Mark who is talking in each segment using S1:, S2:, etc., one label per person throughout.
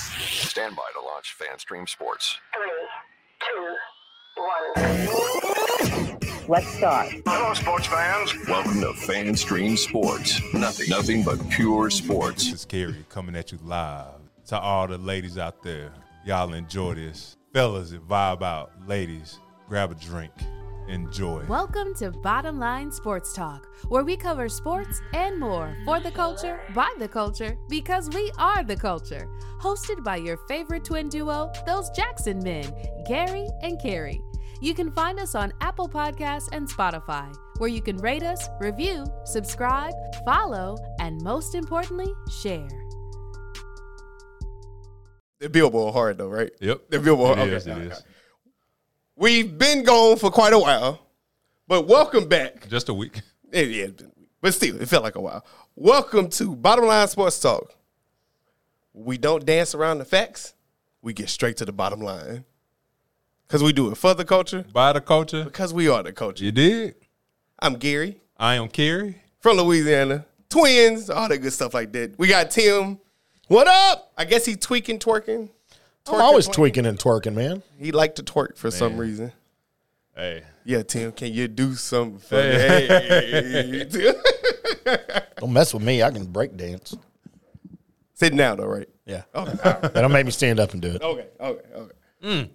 S1: Stand by to launch FanStream Sports.
S2: three, two, one.
S3: Let's start.
S4: Hello, sports fans.
S1: Welcome to FanStream Sports. Nothing, nothing but pure sports.
S5: This is Kerry coming at you live. To all the ladies out there, y'all enjoy this. Fellas, it vibe out. Ladies, grab a drink. Enjoy.
S6: Welcome to Bottom Line Sports Talk, where we cover sports and more for the culture, by the culture, because we are the culture. Hosted by your favorite twin duo, those Jackson men, Gary and Carrie. You can find us on Apple Podcasts and Spotify, where you can rate us, review, subscribe, follow, and most importantly, share.
S7: The billboard hard though, right?
S5: Yep.
S7: The billboard.
S5: It
S7: okay.
S5: is, it
S7: okay.
S5: is.
S7: We've been gone for quite a while, but welcome back.
S5: Just a week.
S7: Yeah, yeah, it's been a week, but still, it felt like a while. Welcome to Bottom Line Sports Talk. We don't dance around the facts. We get straight to the bottom line because we do it for the culture
S5: By the culture,
S7: because we are the culture.
S5: you did.
S7: I'm Gary
S5: I am Kerry.
S7: from Louisiana, twins, all that good stuff like that. We got Tim. What up? I guess he tweaking, twerking.
S8: I'm always
S7: Twerking,
S8: tweaking and twerking, man.
S7: He like to twerk for some reason.
S5: Hey,
S7: Yeah, Tim, can you do something for me? Hey.
S8: Don't mess with me. I can break dance.
S7: Sitting down, though, right?
S8: Yeah. That'll make me stand up and do it.
S7: Okay, okay, okay.
S5: Mm.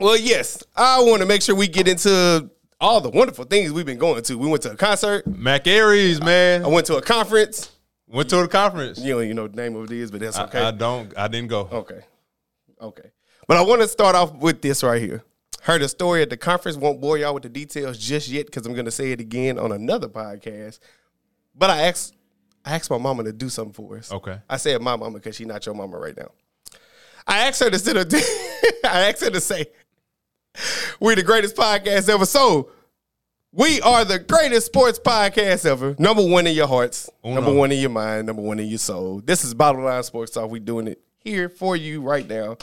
S7: Well, yes, I want to make sure we get into all the wonderful things we've been going to. We went to a concert.
S5: Mac Aries,
S7: I
S5: man.
S7: went to a conference.
S5: Went to the conference.
S7: You don't even know the name of it is, but that's
S5: I-
S7: okay.
S5: I, don't. I didn't go.
S7: Okay. Okay. But I want to start off with this right here. Heard a story at the conference. Won't bore y'all with the details just yet because I'm going to say it again on another podcast. But I asked, I asked my mama to do something for us.
S5: Okay.
S7: I said my mama because she's not your mama right now. I asked her to sit. A, I asked her to say, "We're the greatest podcast ever." So we are the greatest sports podcast ever. Number one in your hearts,
S5: Uno.
S7: number one in your mind, number one in your soul. This is Bottom Line Sports Talk. We doing it here for you right now.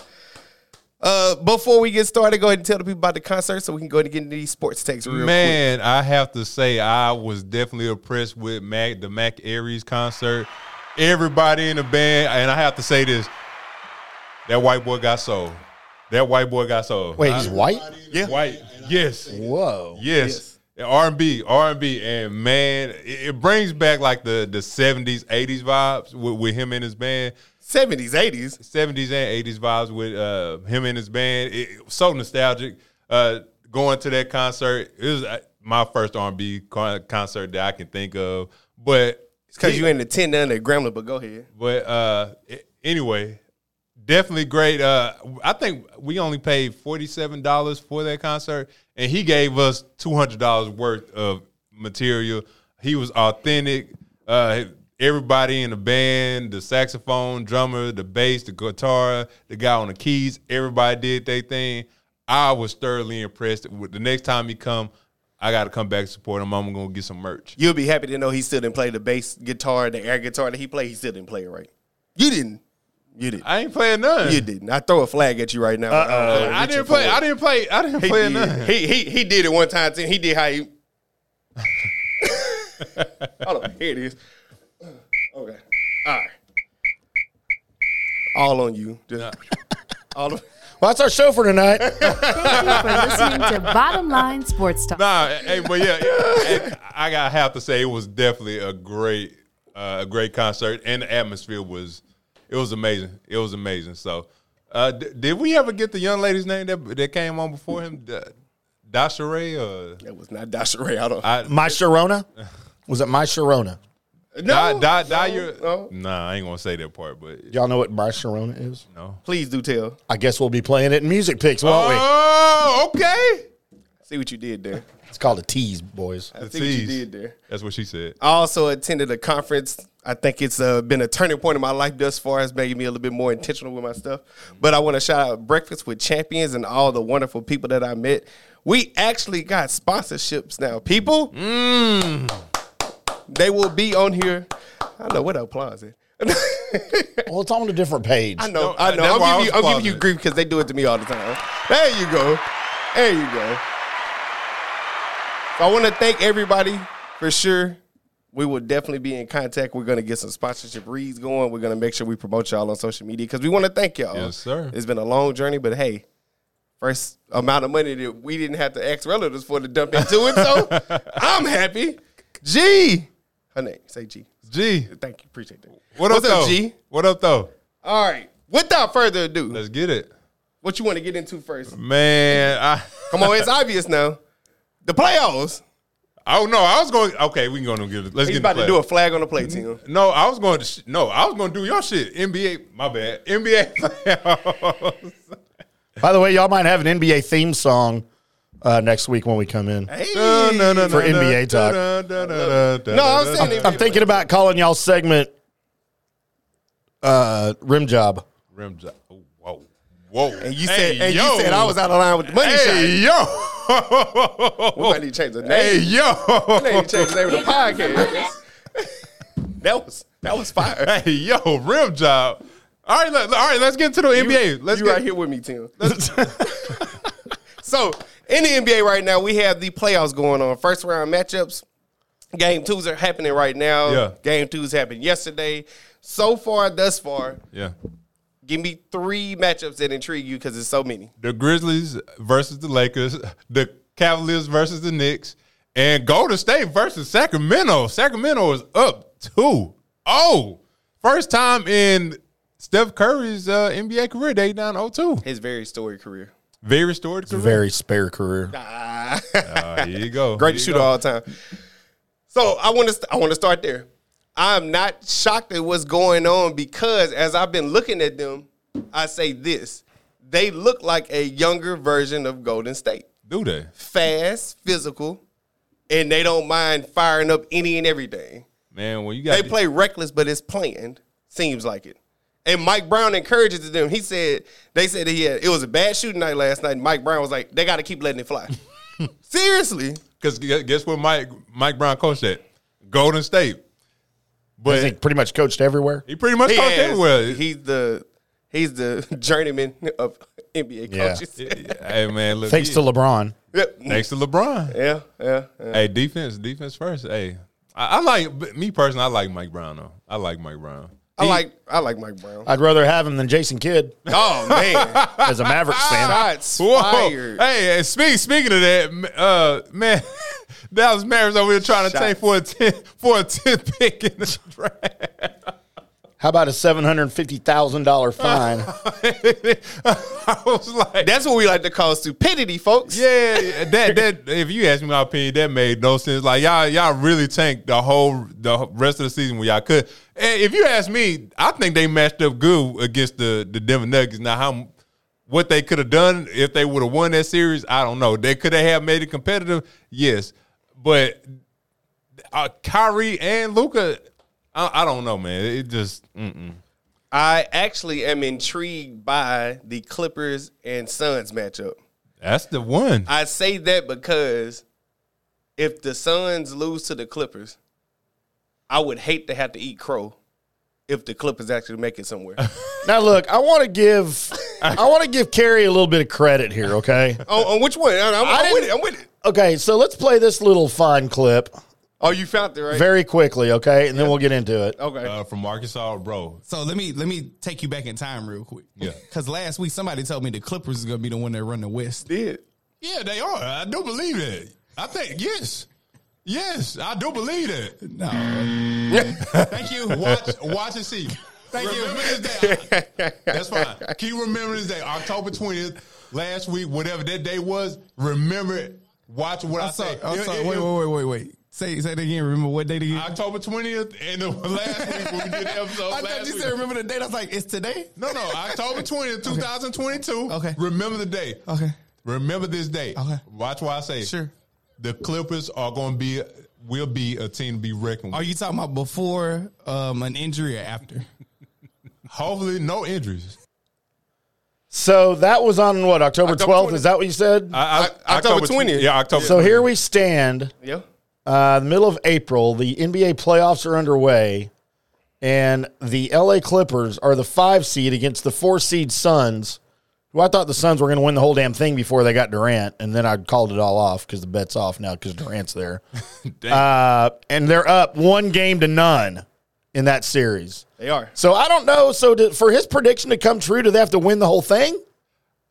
S7: Uh, before we get started, go ahead and tell the people about the concert so we can go ahead and get into these sports takes real quick.
S5: Man, I have to say I was definitely impressed with Mac the Mac Aries concert. Everybody in the band, and I have to say this: that white boy got sold. That white boy got sold.
S8: Wait, he's white?
S5: yeah. white. Yes,
S8: Whoa.
S5: yes. R and B, R and B, and man, it, it brings back like the the seventies, eighties vibes with, with him and his band.
S7: 70s, 80s.
S5: Seventies and eighties vibes with uh, him and his band. It, it was so nostalgic. Uh, going to that concert, it was uh, my first R and B concert that I can think of. But
S7: Because you ain't attend none at Gremlin, but go ahead.
S5: but uh, a- anyway, definitely great. Uh, I think we only paid forty seven dollars for that concert, and he gave us two hundred dollars worth of material. He was authentic. Uh, everybody in the band, the saxophone, drummer, the bass, the guitar, the guy on the keys, everybody did their thing. I was thoroughly impressed. With the next time he come, I got to come back and support him. I'm gonna get some merch.
S7: You'll be happy to know he still didn't play the bass guitar, the air guitar that he played. He still didn't play it right. You didn't. You didn't.
S5: I ain't playing none.
S7: you didn't. I throw a flag at you right now. Uh,
S5: I didn't play. I didn't play. I didn't
S7: He
S5: play
S7: did.
S5: nothing.
S7: He he he did it one time. Too. He did how he. Hold on, here it is. Okay, all right. All on you. Just- all of,
S8: Well, that's our show for tonight.
S6: Thank you for listening to Bottom Line Sports Talk.
S5: Nah, hey, but yeah, yeah, I I gotta have to say it was definitely a great, uh, a great concert, and the atmosphere was, it was amazing. It was amazing. So, uh, d- did we ever get the young lady's name that that came on before him, D- Dashere or
S7: that was not Dasha Ray. I don't.
S8: My Sharona? Was it My Sharona?
S5: Di- Di- Di-
S7: no,
S5: your-
S7: no.
S5: Nah, I ain't gonna say that part, but
S8: Y'all know what My Sharona is?
S5: no.
S7: Please do tell.
S8: I guess we'll be playing it in music picks, won't
S5: Oh, okay.
S7: See what you did there.
S8: we? It's called a tease, boys.
S7: I see what you
S5: tease.
S7: did there.
S5: That's what she said.
S7: I also attended a conference. I think it's uh, been a turning point in my life thus far. It's making me a little bit more intentional with my stuff. But I want to shout out Breakfast with Champions and all the wonderful people that I met. We actually got sponsorships now, people. They will be on here. I don't know what applause is.
S8: Well, it's on a different page.
S7: I know,
S5: No,
S7: I know.
S5: that's why I
S7: I'm
S5: was
S7: giving, you, I'm giving
S5: pausing
S7: you
S5: it.
S7: grief because they do it to me all the time. There you go. There you go. So I want to thank everybody for sure we will definitely be in contact. We're gonna get some sponsorship reads going. We're gonna make sure we promote y'all on social media because we want to thank y'all.
S5: Yes, sir.
S7: It's been a long journey, but hey, first amount of money that we didn't have to ask relatives for to dump into it. So I'm happy. G, her name say G.
S5: G,
S7: Thank you, appreciate that.
S5: what up,
S7: What's up,
S5: though?
S7: G?
S5: What up, though?
S7: All right. Without further ado,
S5: Let's get it,
S7: what you want to get into first?
S5: man. I
S7: Come on, it's obvious now. The playoffs.
S5: I don't know. I was going. Okay, we can go and get it. Let's
S7: He's
S5: get the
S7: about to
S5: play.
S7: do a flag on the play team.
S5: No, I was going to. Sh- no, I was going to do your shit. NBA. My bad. NBA. playoffs.
S8: By the way, y'all might have an NBA theme song uh, next week when we come in.
S7: Hey.
S5: no, no, no, no.
S8: For NBA talk.
S7: No, I was saying
S8: I'm thinking about calling y'all segment uh, rim job.
S5: Rim job. Oh, Whoa, whoa.
S7: And you said, and you said I was out of line with the money
S5: Hey
S7: shot. We
S5: yo.
S7: might need to change the name.
S5: hey
S7: We
S5: yo.
S7: need to change the name of the podcast. that was that was fire.
S5: Hey yo. Rim job. All right. Let, all right. Let's get into the NBA. Let's
S7: you
S5: get
S7: right here with me, Tim. so in the NBA right now, we have the playoffs going on. First round matchups. Game twos are happening right now.
S5: Yeah.
S7: Game twos happened yesterday. So far, thus far,
S5: Yeah.
S7: give me three matchups that intrigue you because it's so many.
S5: The Grizzlies versus the Lakers. The Cavaliers versus the Knicks. And Golden State versus Sacramento. Sacramento is up 2 0. First time in Steph Curry's uh, NBA career, they down 0 2.
S7: His very storied career.
S5: Very restored career.
S8: Very spare career.
S5: Ah, here you go.
S7: Greatest
S5: Here
S7: shooter
S5: you
S7: of
S5: go.
S7: all time. So I want to st- I want to start there. I'm not shocked at what's going on because as I've been looking at them, I say this: they look like a younger version of Golden State.
S5: Do they?
S7: Fast, physical, and they don't mind firing up any and everything.
S5: Man, when you got
S7: They play reckless, but it's planned. Seems like it. And Mike Brown encourages them. He said they said that he had it was a bad shooting night last night. And Mike Brown was like, they got to keep letting it fly. Seriously.
S5: because guess what Mike Mike Brown coached at? Golden State. But
S8: I think pretty much coached everywhere.
S5: he pretty much
S7: He
S5: coached
S7: has-
S5: everywhere.
S7: He's the he's the journeyman of NBA
S8: Yeah.
S7: coaches. Yeah,
S5: hey man, look
S8: Thanks
S5: he-
S8: to LeBron.
S5: thanks to LeBron.
S7: yeah, yeah. yeah.
S5: Hey, defense, defense first. Hey, I, I like but me personally. I like Mike Brown though. I like Mike Brown.
S7: I like I like Mike Brown.
S8: I'd rather have him than Jason Kidd
S7: oh man,
S8: as a Mavericks fan.
S7: shots
S5: Whoa!
S7: fired.
S5: Hey, and speak, speaking of that, m- uh, man, Dallas Mavericks over here trying to
S7: Shots.
S5: take for a ten for a ten pick in the draft.
S8: How about a seven hundred fifty thousand dollar fine?
S5: I was like,
S7: That's what we like to call stupidity, folks.
S5: Yeah, yeah, that that if you ask me my opinion, that made no sense. Like y'all, y'all really tanked the whole the rest of the season when y'all could. And if you ask me, I think they matched up good against the the Denver Nuggets. Now how what they could have done if they would have won that series, I don't know. They could have made it competitive, yes, but uh, Kyrie and Luca, I, I don't know, man. It just mm, mm-mm.
S7: I actually am intrigued by the Clippers and Suns matchup.
S5: that's the one.
S7: I say that because if the Suns lose to the Clippers, I would hate to have to eat crow if the Clippers actually make it somewhere.
S8: now look, I want to give I want to give Kerry a little bit of credit here. Okay,
S7: on, on which one? I'm, I'm
S8: I didn't-
S7: with it. I'm with it.
S8: okay, so let's play this little fine clip
S7: Oh, you found it right.
S8: very quickly, okay, and then we'll get into it.
S7: okay.
S5: Uh, from Arkansas, bro.
S4: So let me let me take you back in time real quick.
S5: Yeah.
S4: Because last week somebody told me the Clippers is gonna be the one that run the West.
S7: Did
S5: Yeah, they are. I do believe that. I think yes, yes, I do believe that.
S4: No.
S5: Thank you. Watch, watch and see. Thank you. Remember this day. That's fine. Keep remembering this day, October twentieth, last week, whatever that day was. Remember it. Watch what i
S4: I'm sorry.
S5: say.
S4: I'm
S5: It-
S4: sorry.
S5: it-
S4: Wait,
S5: it-
S4: wait, wait, wait, wait. Say say that again. Remember what date again?
S5: October twentieth, and the last week when we did the episode.
S4: I
S5: last
S4: thought you
S5: week.
S4: said remember the date. I was like, it's today.
S5: No, no, October twentieth, two thousand twenty-two.
S4: Okay.
S5: Remember the day.
S4: Okay.
S5: Remember this day.
S4: Okay.
S5: Watch what I say.
S4: Sure.
S5: The Clippers are going to be will be a team to be reckoned with.
S4: Are you talking about before um, an injury or after?
S5: Hopefully, no injuries.
S8: So that was on what October
S7: October
S8: twelfth? Is that what you said?
S7: October 20th.
S5: Yeah, October.
S8: so here we stand.
S7: yeah.
S8: Uh, the middle of April, the NBA playoffs are underway, and the LA Clippers are the five seed against the four seed Suns, Well, I thought the Suns were going to win the whole damn thing before they got Durant, and then I called it all off because the bet's off now because Durant's there. uh, and they're up one game to none in that series.
S7: They are.
S8: So I don't know. So to, for his prediction to come true, do they have to win the whole thing?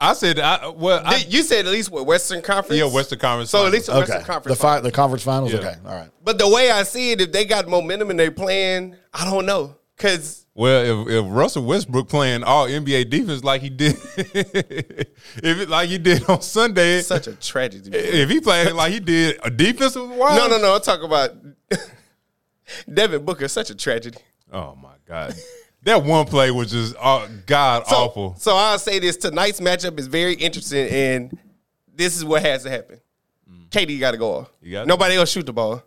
S5: I said, I, well, I,
S7: you said at least what Western Conference.
S5: yeah, Western Conference.
S7: So at least the
S8: Okay,
S7: Western
S8: the
S7: Conference.
S8: fi- the conference finals.
S5: Yeah.
S8: Okay, all right.
S7: But the way I see it, if they got momentum and they playing, I don't know. Cause
S5: Well, if, if Russell Westbrook playing all NBA defense like he did, if it, like he did on Sunday,
S7: it's such a tragedy.
S5: if he played like he did a defensive wise,
S7: no, no, no. I'm talking about Devin Booker. Such a tragedy.
S5: Oh my god, that one play was just uh, god
S7: So,
S5: awful.
S7: So I'll say this: tonight's matchup is very interesting, and this is what has to happen. KD got to go off.
S5: Mm. You got-
S7: Nobody else shoot the ball.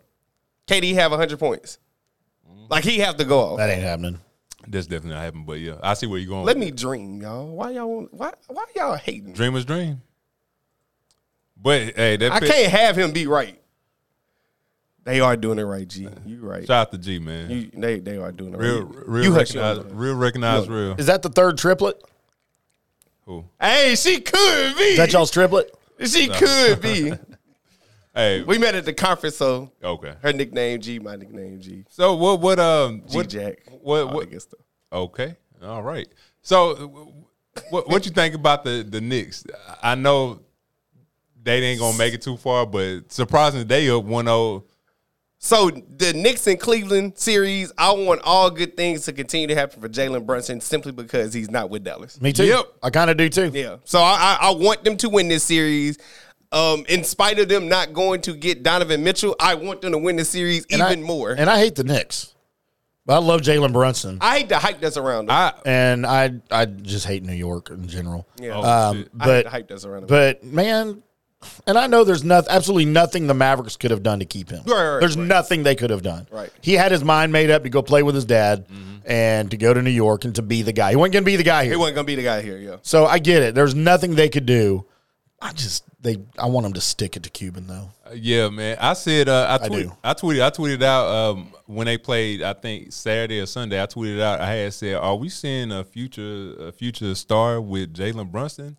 S7: KD have hundred points.
S5: Mm.
S7: Like he have to go off.
S8: That ain't happening.
S5: That's definitely not happening. But yeah, I see where you're going.
S7: Let me dream, y'all. Why y'all? Why why y'all hating?
S5: dreamers dream. But hey, that
S7: I
S5: pick-
S7: can't have him be right. They are doing it right, G. You right.
S5: Shout out to G man.
S7: You, they they are doing it
S5: real,
S7: right.
S5: real,
S7: you hush
S5: recognize,
S7: your mouth.
S5: real, recognize, real.
S8: Is that the third triplet?
S5: Who?
S7: Hey, she could be.
S8: Is that y'all's triplet?
S7: she could be.
S5: Hey,
S7: We met at the conference, so
S5: okay.
S7: her nickname G, my nickname G.
S5: So what? What? Um,
S7: G
S5: what?
S7: Jack.
S5: What?
S7: All
S5: What?
S7: that good stuff.
S5: Okay. All right. So, w- what what you think about the the Knicks? I know they ain't gonna make it too far, but surprisingly, they up oh. 1-0.
S7: So the Knicks and Cleveland series, I want all good things to continue to happen for Jalen Brunson simply because he's not with Dallas.
S8: Me too.
S5: Yep.
S8: I kind of do too.
S7: Yeah. So I, I, I want them to win this series. Um, in spite of them not going to get Donovan Mitchell, I want them to win the series
S8: And I-
S7: even more.
S8: And I hate the Knicks, but I love Jalen Brunson,
S7: I hate the hype that's around them.
S5: I
S8: and I I just hate New York in general.
S7: yeah.
S5: oh,
S8: Um,
S5: shit.
S7: I hate
S8: but
S7: the hype that's around them.
S8: But man, and I know there's nothing, absolutely nothing the Mavericks could have done to keep him.
S7: Right, right, right,
S8: there's
S7: right.
S8: nothing they could have done.
S7: Right. Mm-hmm.
S8: He had his mind made up to go play with his dad and to go to New York and to be the guy. He wasn't going to be the guy
S7: he
S8: here.
S7: wasn't gonna be the guy here, yeah.
S8: So I get it. There's nothing they could do. I just they. I want him to stick it to Cuban though.
S5: yeah, man. I said uh, I,
S8: I
S5: tweet,
S8: do.
S5: I, tweeted I tweeted out um, when they played. I think Saturday or Sunday. I tweeted out. I had said, "Are we seeing a future a future star with Jalen Brunson?"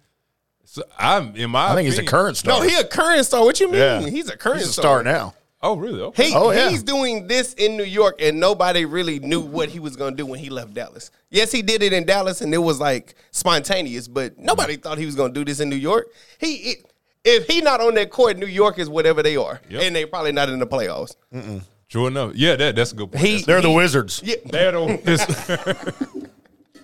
S5: So I'm in my.
S8: I think he's a
S5: opinion-
S8: current star.
S7: No, he a current star. What you mean?
S5: Yeah.
S7: He's a current
S8: he's a star now.
S5: Oh really? Okay.
S7: He,
S8: Oh, yeah.
S7: He's doing this in New York, and nobody really knew what he was going to do when he left Dallas. Yes, he did it in Dallas, and it was like spontaneous, but nobody thought he was going to do this in New York. He, it, if he not on that court, New York is whatever they are,
S5: Yep.
S7: and they probably not in the playoffs.
S5: True enough. Yeah, that that's a good point.
S7: He,
S8: They're the Wizards.
S7: yeah,
S5: They're the-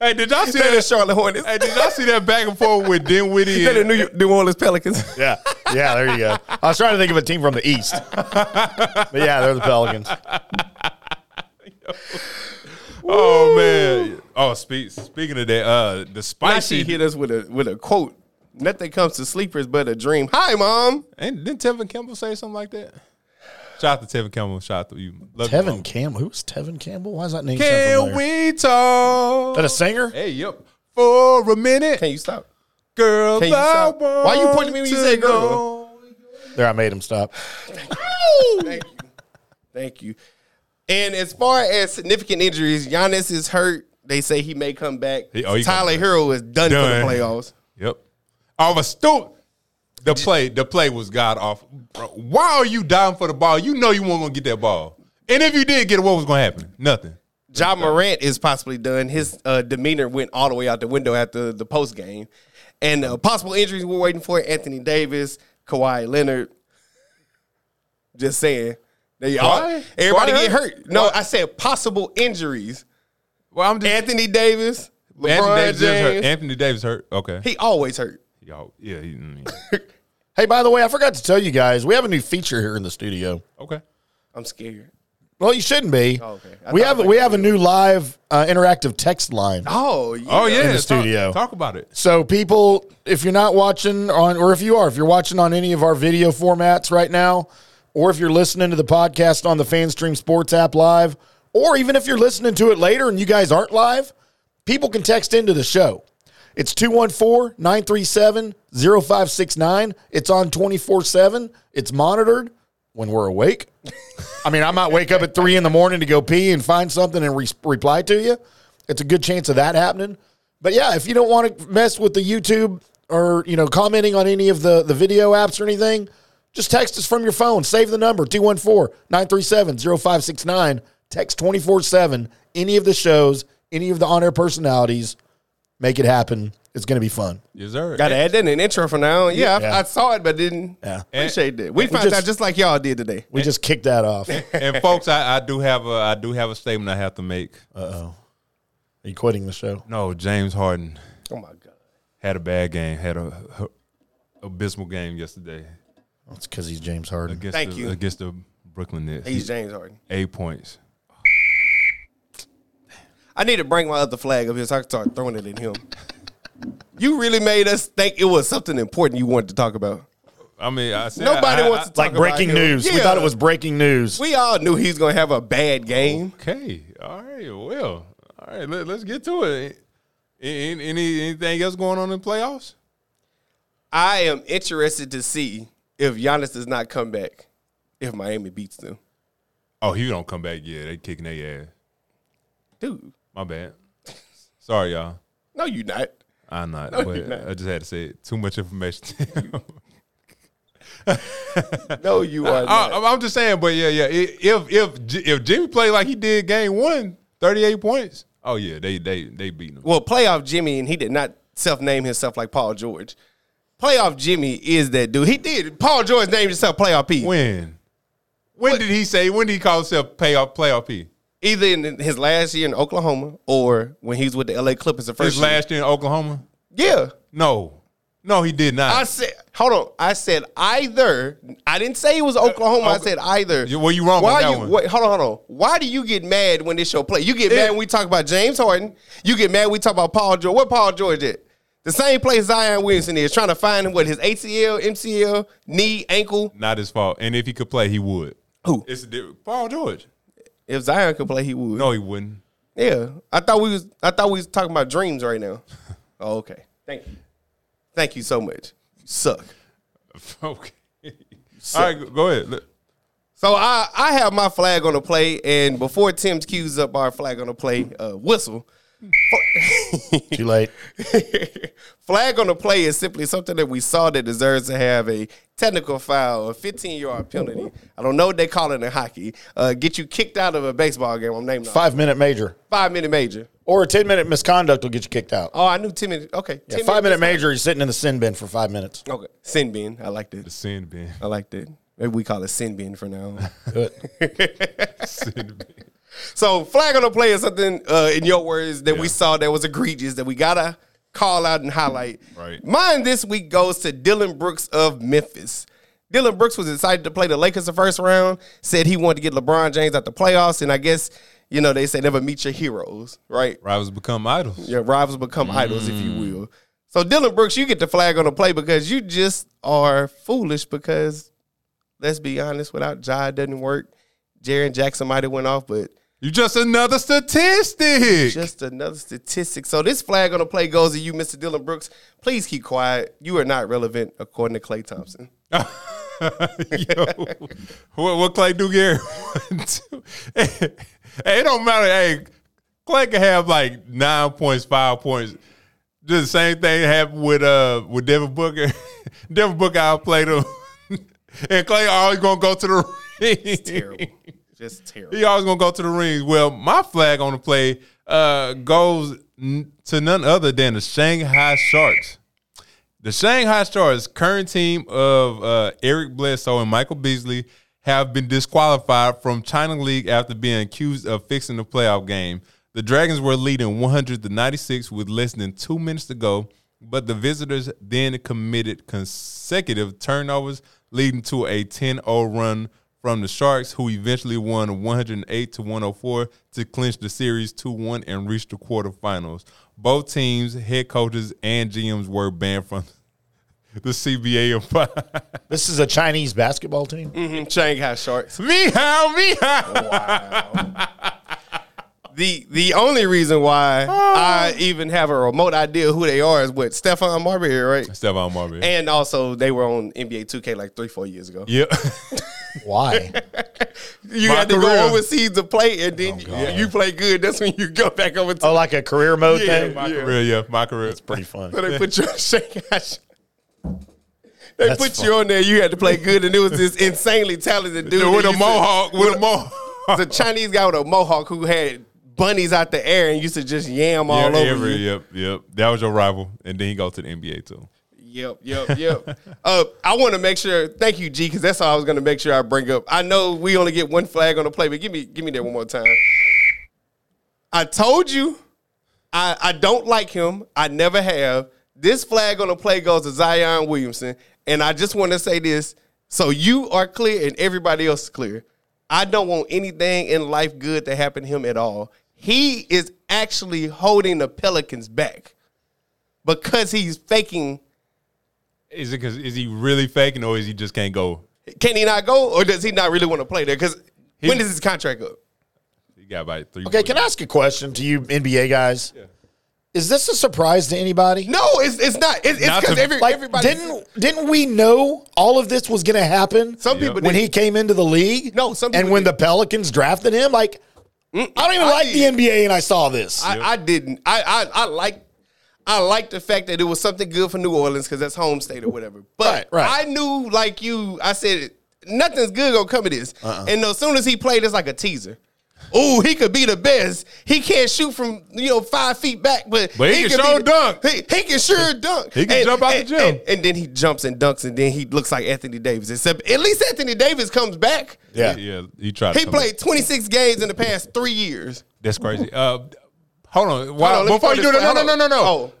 S5: hey, did y'all see
S7: they're the
S5: that?
S7: Charlotte Hornets.
S5: Hey, did y'all see that back and forth with Dinwiddie?
S7: They're the
S5: And,
S7: New, York, New Orleans Pelicans.
S8: Yeah, yeah. There you go. I was trying to think of a team from the East, but yeah, they're the Pelicans.
S5: oh man! Oh, speak, speaking of that, uh, the
S7: Now she
S5: spicy.
S7: hit us with a with a quote. Nothing comes to sleepers but a dream. Hi, mom.
S5: And didn't Tevin Campbell say something like that? Shout out to Tevin Campbell. Shout out to you. Love you,
S8: Tevin
S5: Mom.
S8: Campbell. Who's Tevin Campble? Why is that name? so
S5: Can
S8: familiar?
S5: we talk?
S8: Is that a singer?
S5: hey, yep. For a minute,
S7: Can you stop?
S5: girl.
S7: can you
S5: I
S7: stop? Why you pointing at me when you
S5: want
S7: say
S5: to
S7: girl?
S5: know.
S8: There, I made him stop.
S7: Thank you. Thank you. And as far as significant injuries, Giannis is hurt. They say he may come back.
S5: He- oh, he
S7: Tyler
S5: come back.
S7: Hero is done,
S5: Done.
S7: for the playoffs.
S5: Yep. I was stupid. The play, the play was god awful. Bro, Why are you dying for the ball? You know you weren't gonna get that ball. And if you did get it, what was gonna happen? Nothing.
S7: John Morant is possibly done. His uh, demeanor went all the way out the window after the post game. And uh, possible injuries we're waiting for Anthony Davis, Kawhi Leonard. Just saying. They all,
S5: Kawhi?
S7: everybody
S5: Kawhi
S7: get
S5: hurt?
S7: hurt. No,
S5: Why?
S7: I said possible injuries.
S5: Well, I'm just
S7: Anthony Davis, LeBron
S5: Anthony Davis just hurt.
S7: James.
S5: Anthony Davis hurt. Okay.
S7: He always hurt.
S5: Y'all, yeah. He, mm,
S8: Hey, by the way, I forgot to tell you guys, we have a new feature here in the studio.
S5: okay.
S7: I'm scared.
S8: Well, you shouldn't be.
S7: Oh, okay. I
S8: We
S7: thought
S8: have
S7: it was
S8: we
S7: like
S8: have a new live uh, interactive text line.
S7: Oh, yeah.
S5: Oh yeah.
S8: the
S5: talk-
S8: studio.
S5: Talk about it.
S8: So people, if you're not watching on, or if you are, if you're watching on any of our video formats right now, or if you're listening to the podcast on the FanStream Sports app live, or even if you're listening to it later and you guys aren't live, people can text into the show. It's 214-937-0569. It's on 24-7. It's monitored when we're awake. I mean, I might wake up at three in the morning to go pee and find something and re- reply to you. It's a good chance of that happening. But yeah, if you don't want to mess with the YouTube or you know commenting on any of the the video apps or anything, just text us from your phone. Save the number 214-937-0569. Text 24/7 any of the shows, any of the on-air personalities. Make it happen. It's going to be fun.
S5: Yes, sir.
S7: Got to add that in the intro for now. Yeah,
S8: Yeah.
S7: I, I saw it, but didn't
S8: Yeah.
S7: appreciate that. We found
S8: just-
S7: out just like y'all did today.
S8: We just kicked that off. Are
S5: and folks, I, I do have a I do have a statement I have to make.
S7: Uh.
S8: you quitting the show?
S5: No, James Harden
S7: Oh my god.
S5: had a bad game. Had a, a abysmal game yesterday
S8: It's because he's James Harden.
S5: against
S7: Thank
S5: the,
S7: you.
S5: against the Brooklyn Nets.
S7: He's James Harden.
S5: eight points.
S7: I need to bring my other flag up here so I can start throwing it at him. You really made us think it was something important you wanted to talk about.
S5: I mean, I said,
S7: Nobody
S5: I-
S7: wants to
S5: I-
S7: talk
S8: Like breaking
S7: about him.
S8: news. We
S7: Yeah.
S8: thought it was breaking news.
S7: We all knew he's gonna have a bad game.
S5: Okay, all right, well, all right. Let, us get to it. Any, any- anything else going on in the playoffs?
S7: I am interested to see if Giannis does not come back if Miami beats them.
S5: Oh, he don't come back yet. They kicking their ass.
S7: Dude,
S5: My bad. Sorry, y'all.
S7: no, you not.
S5: I'm not.
S7: No, you're
S5: but
S7: not.
S5: I just had to say it. too much information.
S7: No, you
S8: Uh,
S7: are
S5: I,
S7: not.
S5: I'm- I'm just saying, but yeah, yeah. i- If if J- if Jimmy played like he did game one, 38 points. Oh yeah, they they they beat him.
S7: well, playoff Jimmy, and he did not self name himself like Paul George. Playoff Jimmy is that dude. He did. Paul George named himself Playoff P.
S5: When when did he say? When did he call himself playoff playoff P?
S7: Either in his last year in Oklahoma or when he was with the LA Clippers the first
S5: His last year in Oklahoma.
S7: year. Yeah.
S5: No, no, he did
S7: I
S5: not.
S7: said, hold on. I said either. I didn't say it was Oklahoma. I
S5: okay.
S7: said either.
S5: You- well, you wrong on
S7: Why
S5: that
S7: you,
S5: one.
S7: Wait, hold on, hold on. Why do you get mad when this show play? You get mad when we talk about James Harden. You get mad when we talk about Paul George. What Paul George at? The same place Zion Williamson is trying to find him what his ACL, MCL, knee, ankle.
S5: not his fault. And if he could play, he would.
S7: Who?
S5: It's a different. Paul George.
S7: If Zion could play, he would.
S5: No, he wouldn't.
S7: Yeah, I thought we was. I thought we was talking about dreams right now. Oh, okay. Thank you. Thank you so much. You suck.
S5: okay. All right, go- go ahead. Look.
S7: So I, I have my flag on the play, and before Tim's cues up our flag on the play uh, whistle,
S8: Too late.
S7: flag on the play is simply something that we saw that deserves to have a technical foul, a 15 yard penalty. I don't know what they call it in hockey. Uh, get you kicked out of a baseball game. I'm naming it.
S8: Five minute major
S7: five minute major.
S8: or a ten minute misconduct will get you kicked out.
S7: Oh, I knew 10 minutes. Okay.
S8: Yeah,
S7: 10
S8: five minute
S7: minutes.
S8: major. You're sitting in the sin bin for five minutes.
S7: Okay. Sin bin. I like
S5: The
S7: that.
S5: sin bin.
S7: I like that. Maybe we call it sin bin for now. on.
S5: Sin bin.
S7: So flag on the play is something, uh, in your words, that we saw that was egregious that we gotta call out and highlight.
S5: Right.
S7: Mine this week goes to Dylan Brooks of Memphis. Dylan Brooks was excited to play the Lakers the first round. Said he wanted to get LeBron James out the playoffs, and I guess you know they say never meet your heroes, right?
S5: Rivals become idols.
S7: Your rivals become idols, if you will. So Dylan Brooks, you get the flag on the play because you just are foolish. Because let's be honest, without Jai, it doesn't work. Jaron Jackson might have went off, but
S5: You just another statistic.
S7: just another statistic. So this flag on the play goes to you, Mr. Dylan Brooks. Please keep quiet. You are not relevant, according to Clay Thompson.
S5: Yo, what, what Clay do Gary? hey, it don't matter. Hey, Clay can have like nine points, five points. Just the same thing happened with uh with Devin Booker. Devin Booker outplayed him, and Clay always gonna go to the ring.
S7: Terrible. Just terrible.
S5: He always gonna go to the rings. Well, my flag on the play uh, goes n- to none other than the Shanghai Sharks. The Shanghai Sharks, current team of uh, Eric Bledsoe and Michael Beasley, have been disqualified from China League after being accused of fixing the playoff game. The Dragons were leading 100 to 96 with less than two minutes to go, but the visitors then committed consecutive turnovers, leading to a 10 0 run from the Sharks, who eventually won 108 to 104 to clinch the series 2 1 and reach the quarterfinals. Both teams, head coaches, and GMs were banned from the CBA. and-
S8: This is a Chinese basketball team.
S7: Shanghai Mm-hmm. Sharks.
S5: me how? Me how?
S7: The the only reason why I even have a remote idea who they are is with Stefan Marbury, right?
S5: Stephon Marbury.
S7: And also they were on NBA 2K like three, four years ago.
S5: yeah.
S8: Why?
S7: You
S5: My
S7: had to
S5: career. Oh,
S7: go overseas to play, and then you, you play good. That's when you go back over to.
S8: Oh, like a career mode
S7: yeah,
S8: thing.
S5: My
S7: yeah.
S5: career, yeah, my career. It's
S8: Pretty fun.
S7: So they put you on Shake Hatch. They
S8: That's
S7: put you on there. You had to play good, and it was this insanely talented dude
S5: with
S7: that
S5: a
S7: used to-
S5: mohawk, with a mohawk.
S7: It's a Chinese guy with a mohawk who had bunnies out the air and used to just yam all
S5: Yeah,
S7: over
S5: every-
S7: you.
S5: Yep, yep. That was your rival, and then he go to the NBA too.
S7: Yep, yep, yep. uh, I want to make sure. Thank you, G, because that's all I was going to make sure I bring up. I know we only get one flag on the play, but give me, give me that one more time. I told you, I, I don't like him. I never have. This flag on the play goes to Zion Williamson, and I just want to say this so you are clear and everybody else is clear. I don't want anything in life good to happen to him at all. He is actually holding the Pelicans back because he's faking
S5: Is it because is he really faking or is he just can't go?
S7: Can he not go, or does he not really want to play there? Because
S5: He-
S7: when does his contract up?
S5: He got about three.
S8: Okay, can I ask a question to you NBA guys? Is this a surprise to anybody?
S7: No, it's it's not. It's
S5: Not
S7: because
S5: to-
S7: every,
S8: Like,
S7: everybody
S8: didn't didn't we know all of this was going to happen?
S7: Some people
S8: when
S7: did.
S8: he came into the league,
S7: No, some
S8: and
S7: people
S8: when
S7: did.
S8: the Pelicans drafted him, like I don't even
S7: I
S8: like
S7: did.
S8: the NBA, and I saw this.
S7: I, I didn't. I I, I like. I like the fact that it was something good for New Orleans because that's home state or whatever. But
S8: Right,
S7: I
S8: right.
S7: knew, like you, I said nothing's good gonna come of this.
S5: Uh-uh.
S7: And as soon as he played, it's like a teaser. Ooh, he could be the best. He can't shoot from you know five feet back, but
S5: But he can
S7: could be
S5: sure
S7: the-
S5: dunk.
S7: He, he can sure dunk.
S5: He can jump out the
S7: and-
S5: gym.
S7: and- and then he jumps and dunks, and then he looks like Anthony Davis. Except at least Anthony Davis comes back.
S5: Yeah,
S8: Yeah.
S5: yeah. He tried. to
S7: He
S5: come
S7: played
S5: back.
S7: 26 games in the past three years.
S5: That's crazy. Uh, hold on. Why,
S7: Hold on, let me
S5: before you
S7: throw
S5: do that,
S7: this-
S5: no, no,
S7: hold
S5: no,
S7: on.
S5: no, no.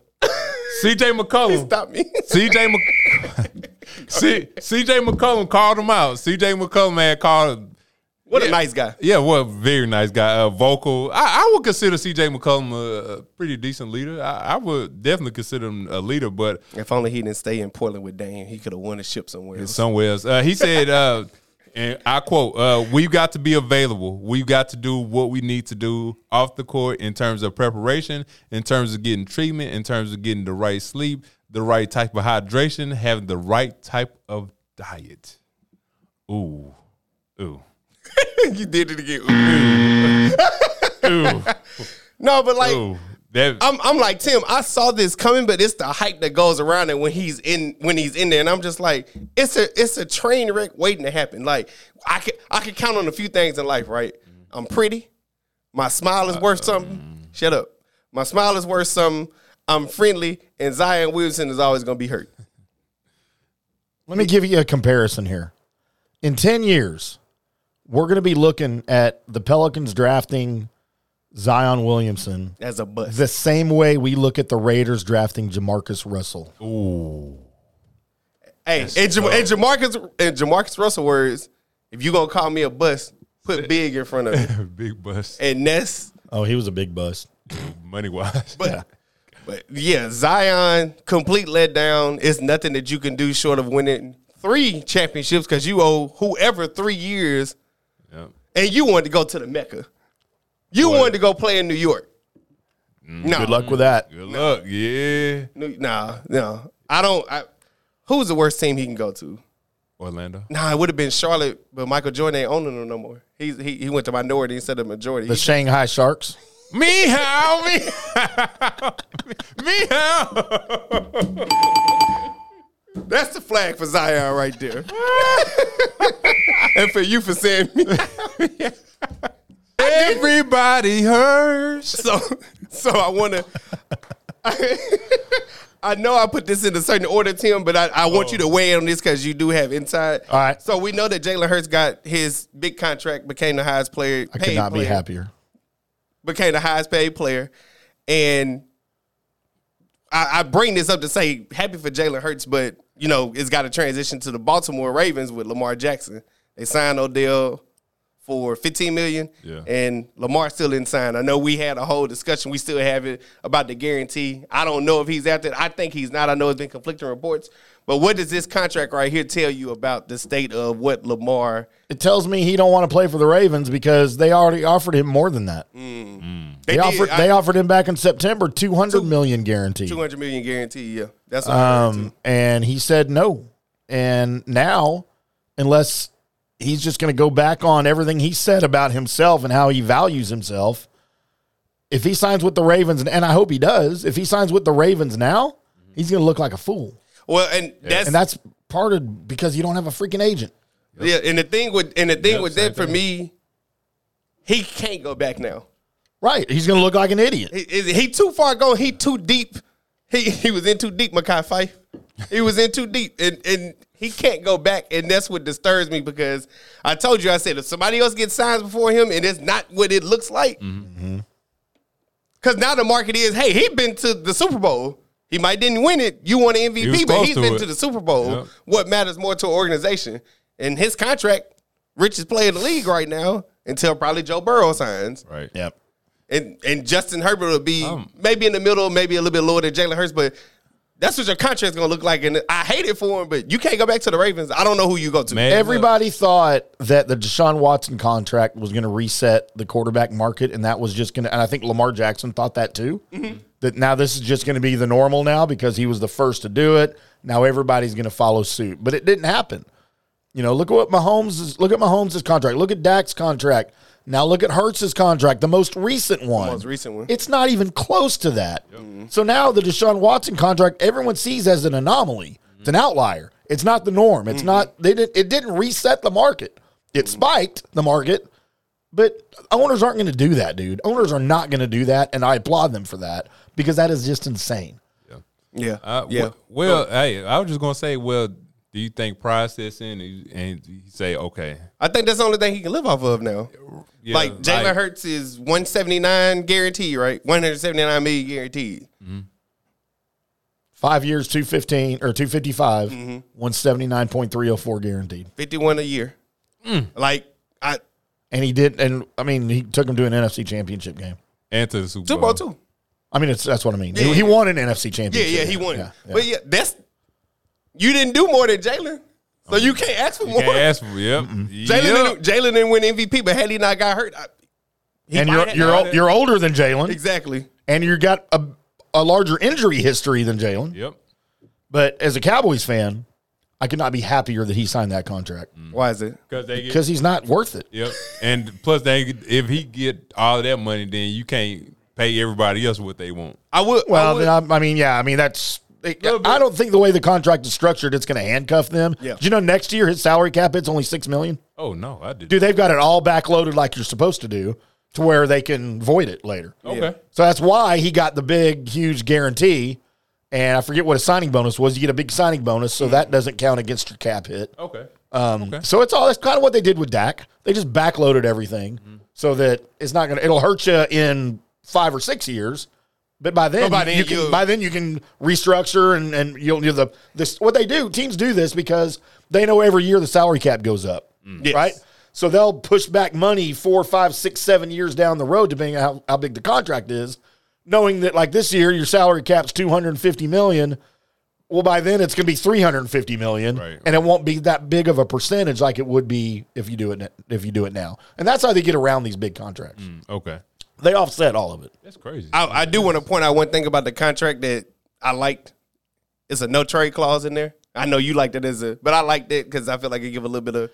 S5: CJ
S7: Oh,
S5: McCollum.
S7: stop me.
S5: CJ Mc- C- CJ McCollum called him out. CJ McCollum had called him.
S7: What a
S5: Yeah.
S7: nice guy.
S5: Yeah, well, very nice guy. Uh, vocal. I, I would consider CJ McCollum a, a pretty decent leader. I, I would definitely consider him a leader, but
S7: If only he didn't stay in Portland with Dame, he could have won a ship somewhere. else.
S5: somewhere else. Uh, he said, uh, and I quote, uh, we've got to be available. We've got to do what we need to do off the court in terms of preparation, in terms of getting treatment, in terms of getting the right sleep, the right type of hydration, having the right type of diet. Ooh. Ooh.
S7: you did it again.
S5: Ooh.
S7: No, but like
S5: Ooh. That,
S7: I'm, I'm like Tim. I saw this coming, but it's the hype that goes around it when he's in when he's in there, and I'm just like, it's a it's a train wreck waiting to happen. Like I could I could count on a few things in life, right? I'm pretty. My smile is worth something. Shut up. My smile is worth something. I'm friendly, and Zion Williamson is always gonna be hurt.
S8: Let me give you a comparison here. In 10 years, we're going to be looking at the Pelicans drafting Zion Williamson
S7: As a bust.
S8: the same way we look at the Raiders drafting Jamarcus Russell.
S7: Hey, in, Jam- in Jamarcus in Jamarcus Russell words, if you gonna call me a bust, put big in front of it.
S5: big bust,
S7: and that's
S8: Oh, he was a big bust.
S5: money wise.
S7: but but yeah, Zion complete letdown. It's nothing that you can do short of winning three championships because you owe whoever three years,
S5: Yep.
S7: and you wanted to go to the Mecca, you wanted to go play in New York. No,
S8: Mm, Good luck with that.
S5: Good luck. Yeah.
S7: New- nah, no, I don't. I, who's the worst team he can go to?
S5: Orlando.
S7: Nah, it would have been Charlotte, but Michael Jordan ain't owning them no more. He's, he he went to minority instead of majority.
S8: The
S7: He-
S8: Shanghai Sharks.
S5: Me how me me how
S7: That's the flag for Zion right there. and for you for saying me.
S5: everybody hurts.
S7: So so I wanna I know I put this in a certain order, Tim, but I, I want you to weigh in on this because you do have inside.
S8: Oh. All right.
S7: So we know that Jalen Hurts got his big contract, became the highest player.
S8: I
S7: paid
S8: could not be
S7: player,
S8: happier.
S7: Became the highest paid player. And I, I bring this up to say happy for Jalen Hurts, but you know, it's got to transition to the Baltimore Ravens with Lamar Jackson. They signed Odell for 15 million
S5: Yeah.
S7: and Lamar still didn't sign. I know we had a whole discussion, we still have it about the guarantee. I don't know if he's after it. I think he's not. I know it's been conflicting reports. But what does this contract right here tell you about the state of what Lamar
S8: It tells me he don't want to play for the Ravens because they already offered him more than that. They,
S7: Mm. did.
S8: offered
S7: I-
S8: they offered him back in September 200 million guaranteed.
S7: 200 million guarantee? Yeah, that's what I heard, too.
S8: Um, and he said no. And now, unless he's just going to go back on everything he said about himself and how he values himself. If he signs with the Ravens, and I hope he does, if he signs with the Ravens now, he's going to look like a fool.
S7: Well, and that's,
S8: And that's part of because you don't have a freaking agent.
S7: yeah. And the thing with and the thing
S5: Yep,
S7: with
S5: same
S7: that for
S5: thing.
S7: me, he can't go back now.
S8: Right. He's going to look like an idiot.
S7: He, is- he too far gone. He too deep. He he was in too deep, Makai Fife. He was in too deep, and and he can't go back. And that's what disturbs me because I told you, I said if somebody else gets signs before him, and it's not what it looks like,
S5: Mm-hmm.
S7: because now the market is, hey, he been to the Super Bowl. He might didn't win it. You won an
S5: He was
S7: MVP, but
S5: close
S7: he's
S5: to
S7: been
S5: it.
S7: to the Super Bowl.
S5: Yep.
S7: What matters more to an organization? And his contract, richest player in the league right now, until probably Joe Burrow signs
S5: Right.
S8: Yep.
S7: and and Justin Herbert will be
S5: Um,
S7: maybe in the middle, maybe a little bit lower than Jalen Hurts, but that's what your contract's gonna look like. And I hate it for him, but you can't go back to the Ravens. I don't know who you go to.
S5: Man,
S8: Everybody thought that the Deshaun Watson contract was going to reset the quarterback market, and that was just going to. And I think Lamar Jackson thought that too. That now this is just going to be the normal now because he was the first to do it. Now everybody's going to follow suit, but it didn't happen. You know, look at what Mahomes is. Look at Mahomes' contract. Look at Dak's contract. Now look at Hertz's contract, the most recent one.
S7: most recent one.
S8: It's not even close to that. Mm-hmm. So now the Deshaun Watson contract, everyone sees as an anomaly.
S7: Mm-hmm.
S8: It's an outlier. It's not the norm. It's not. They didn't. It didn't reset the market. It
S7: Mm-hmm.
S8: spiked the market, but owners aren't going to do that, dude. Owners are not going to do that, and I applaud them for that because that is just insane.
S7: yeah,
S5: Uh,
S7: yeah.
S5: yeah. Well, hey, I was just gonna say, well, do you think processing and, and you say okay,
S7: I think that's the only thing he can live off of now.
S5: yeah,
S7: like Jalen Hurts is one seventy nine guaranteed, right? One hundred seventy nine million guaranteed.
S8: Five years, two fifteen or two fifty
S7: Mm-hmm.
S8: one seventy nine point three zero four guaranteed.
S7: Fifty one a year.
S5: Mm.
S7: Like I
S8: And he did. And I mean, he took him to an NFC Championship game.
S5: and to the Super,
S7: Super Bowl two.
S8: I mean, it's, that's what I mean.
S7: Yeah.
S8: He, he won an NFC
S7: Yeah,
S8: Championship.
S7: yeah, he won. it.
S8: Yeah, yeah.
S7: But yeah, that's you didn't do more than Jalen. So you can't ask for
S5: Um, You
S7: more.
S5: can't ask for yep.
S7: Jalen
S5: yep.
S7: didn't, Jalen didn't win MVP, but had he not got hurt, I, he
S8: and
S7: might
S8: you're
S7: have-
S8: you're ol- you're older than Jalen,
S7: exactly.
S8: and you got a a larger injury history than Jalen.
S5: Yep.
S8: But as a Cowboys fan, I could not be happier that he signed that contract
S7: Why is it?
S5: Because they get
S8: because he's not worth it.
S5: yep. And plus, they if he get all of that money, then you can't pay everybody else what they want.
S7: I would.
S8: Well,
S7: I would,
S8: then I, I mean, yeah, I mean that's.
S5: Little bit.
S8: I don't think the way the contract is structured, it's going to handcuff them.
S7: Yeah.
S8: Do you know next year his salary cap it's only six million?
S5: Oh no, I did.
S8: Dude, they've got it all backloaded like you're supposed to do, to where they can void it later.
S5: okay.
S7: Yeah.
S8: So that's why he got the big, huge guarantee. And I forget what a signing bonus was. You get a big signing bonus, so that doesn't count against your cap hit.
S5: Okay.
S8: Um, So it's all that's kind of what they did with Dak. They just backloaded everything so that it's not gonna. It'll hurt you in five or six years, but by then,
S7: But by
S8: you,
S7: then
S8: you can,
S7: you-
S8: by then you can restructure and and you'll you the this what they do. Teams do this because they know every year the salary cap goes up,
S7: Yes.
S8: right? So they'll push back money four, five, six, seven years down the road, depending on how, how big the contract is, knowing that like this year your salary cap's two hundred and fifty million well by then it's going to be 350 million
S5: Right.
S8: and it won't be that big of a percentage like it would be if you do it if you do it now and that's how they get around these big contracts
S5: Mm. Okay.
S8: they offset all of it
S5: That's crazy.
S7: I, I do want to point out one thing about the contract that I liked. It's a no trade clause in there. I know you liked it as a, but I liked it because I feel like it give a little bit of.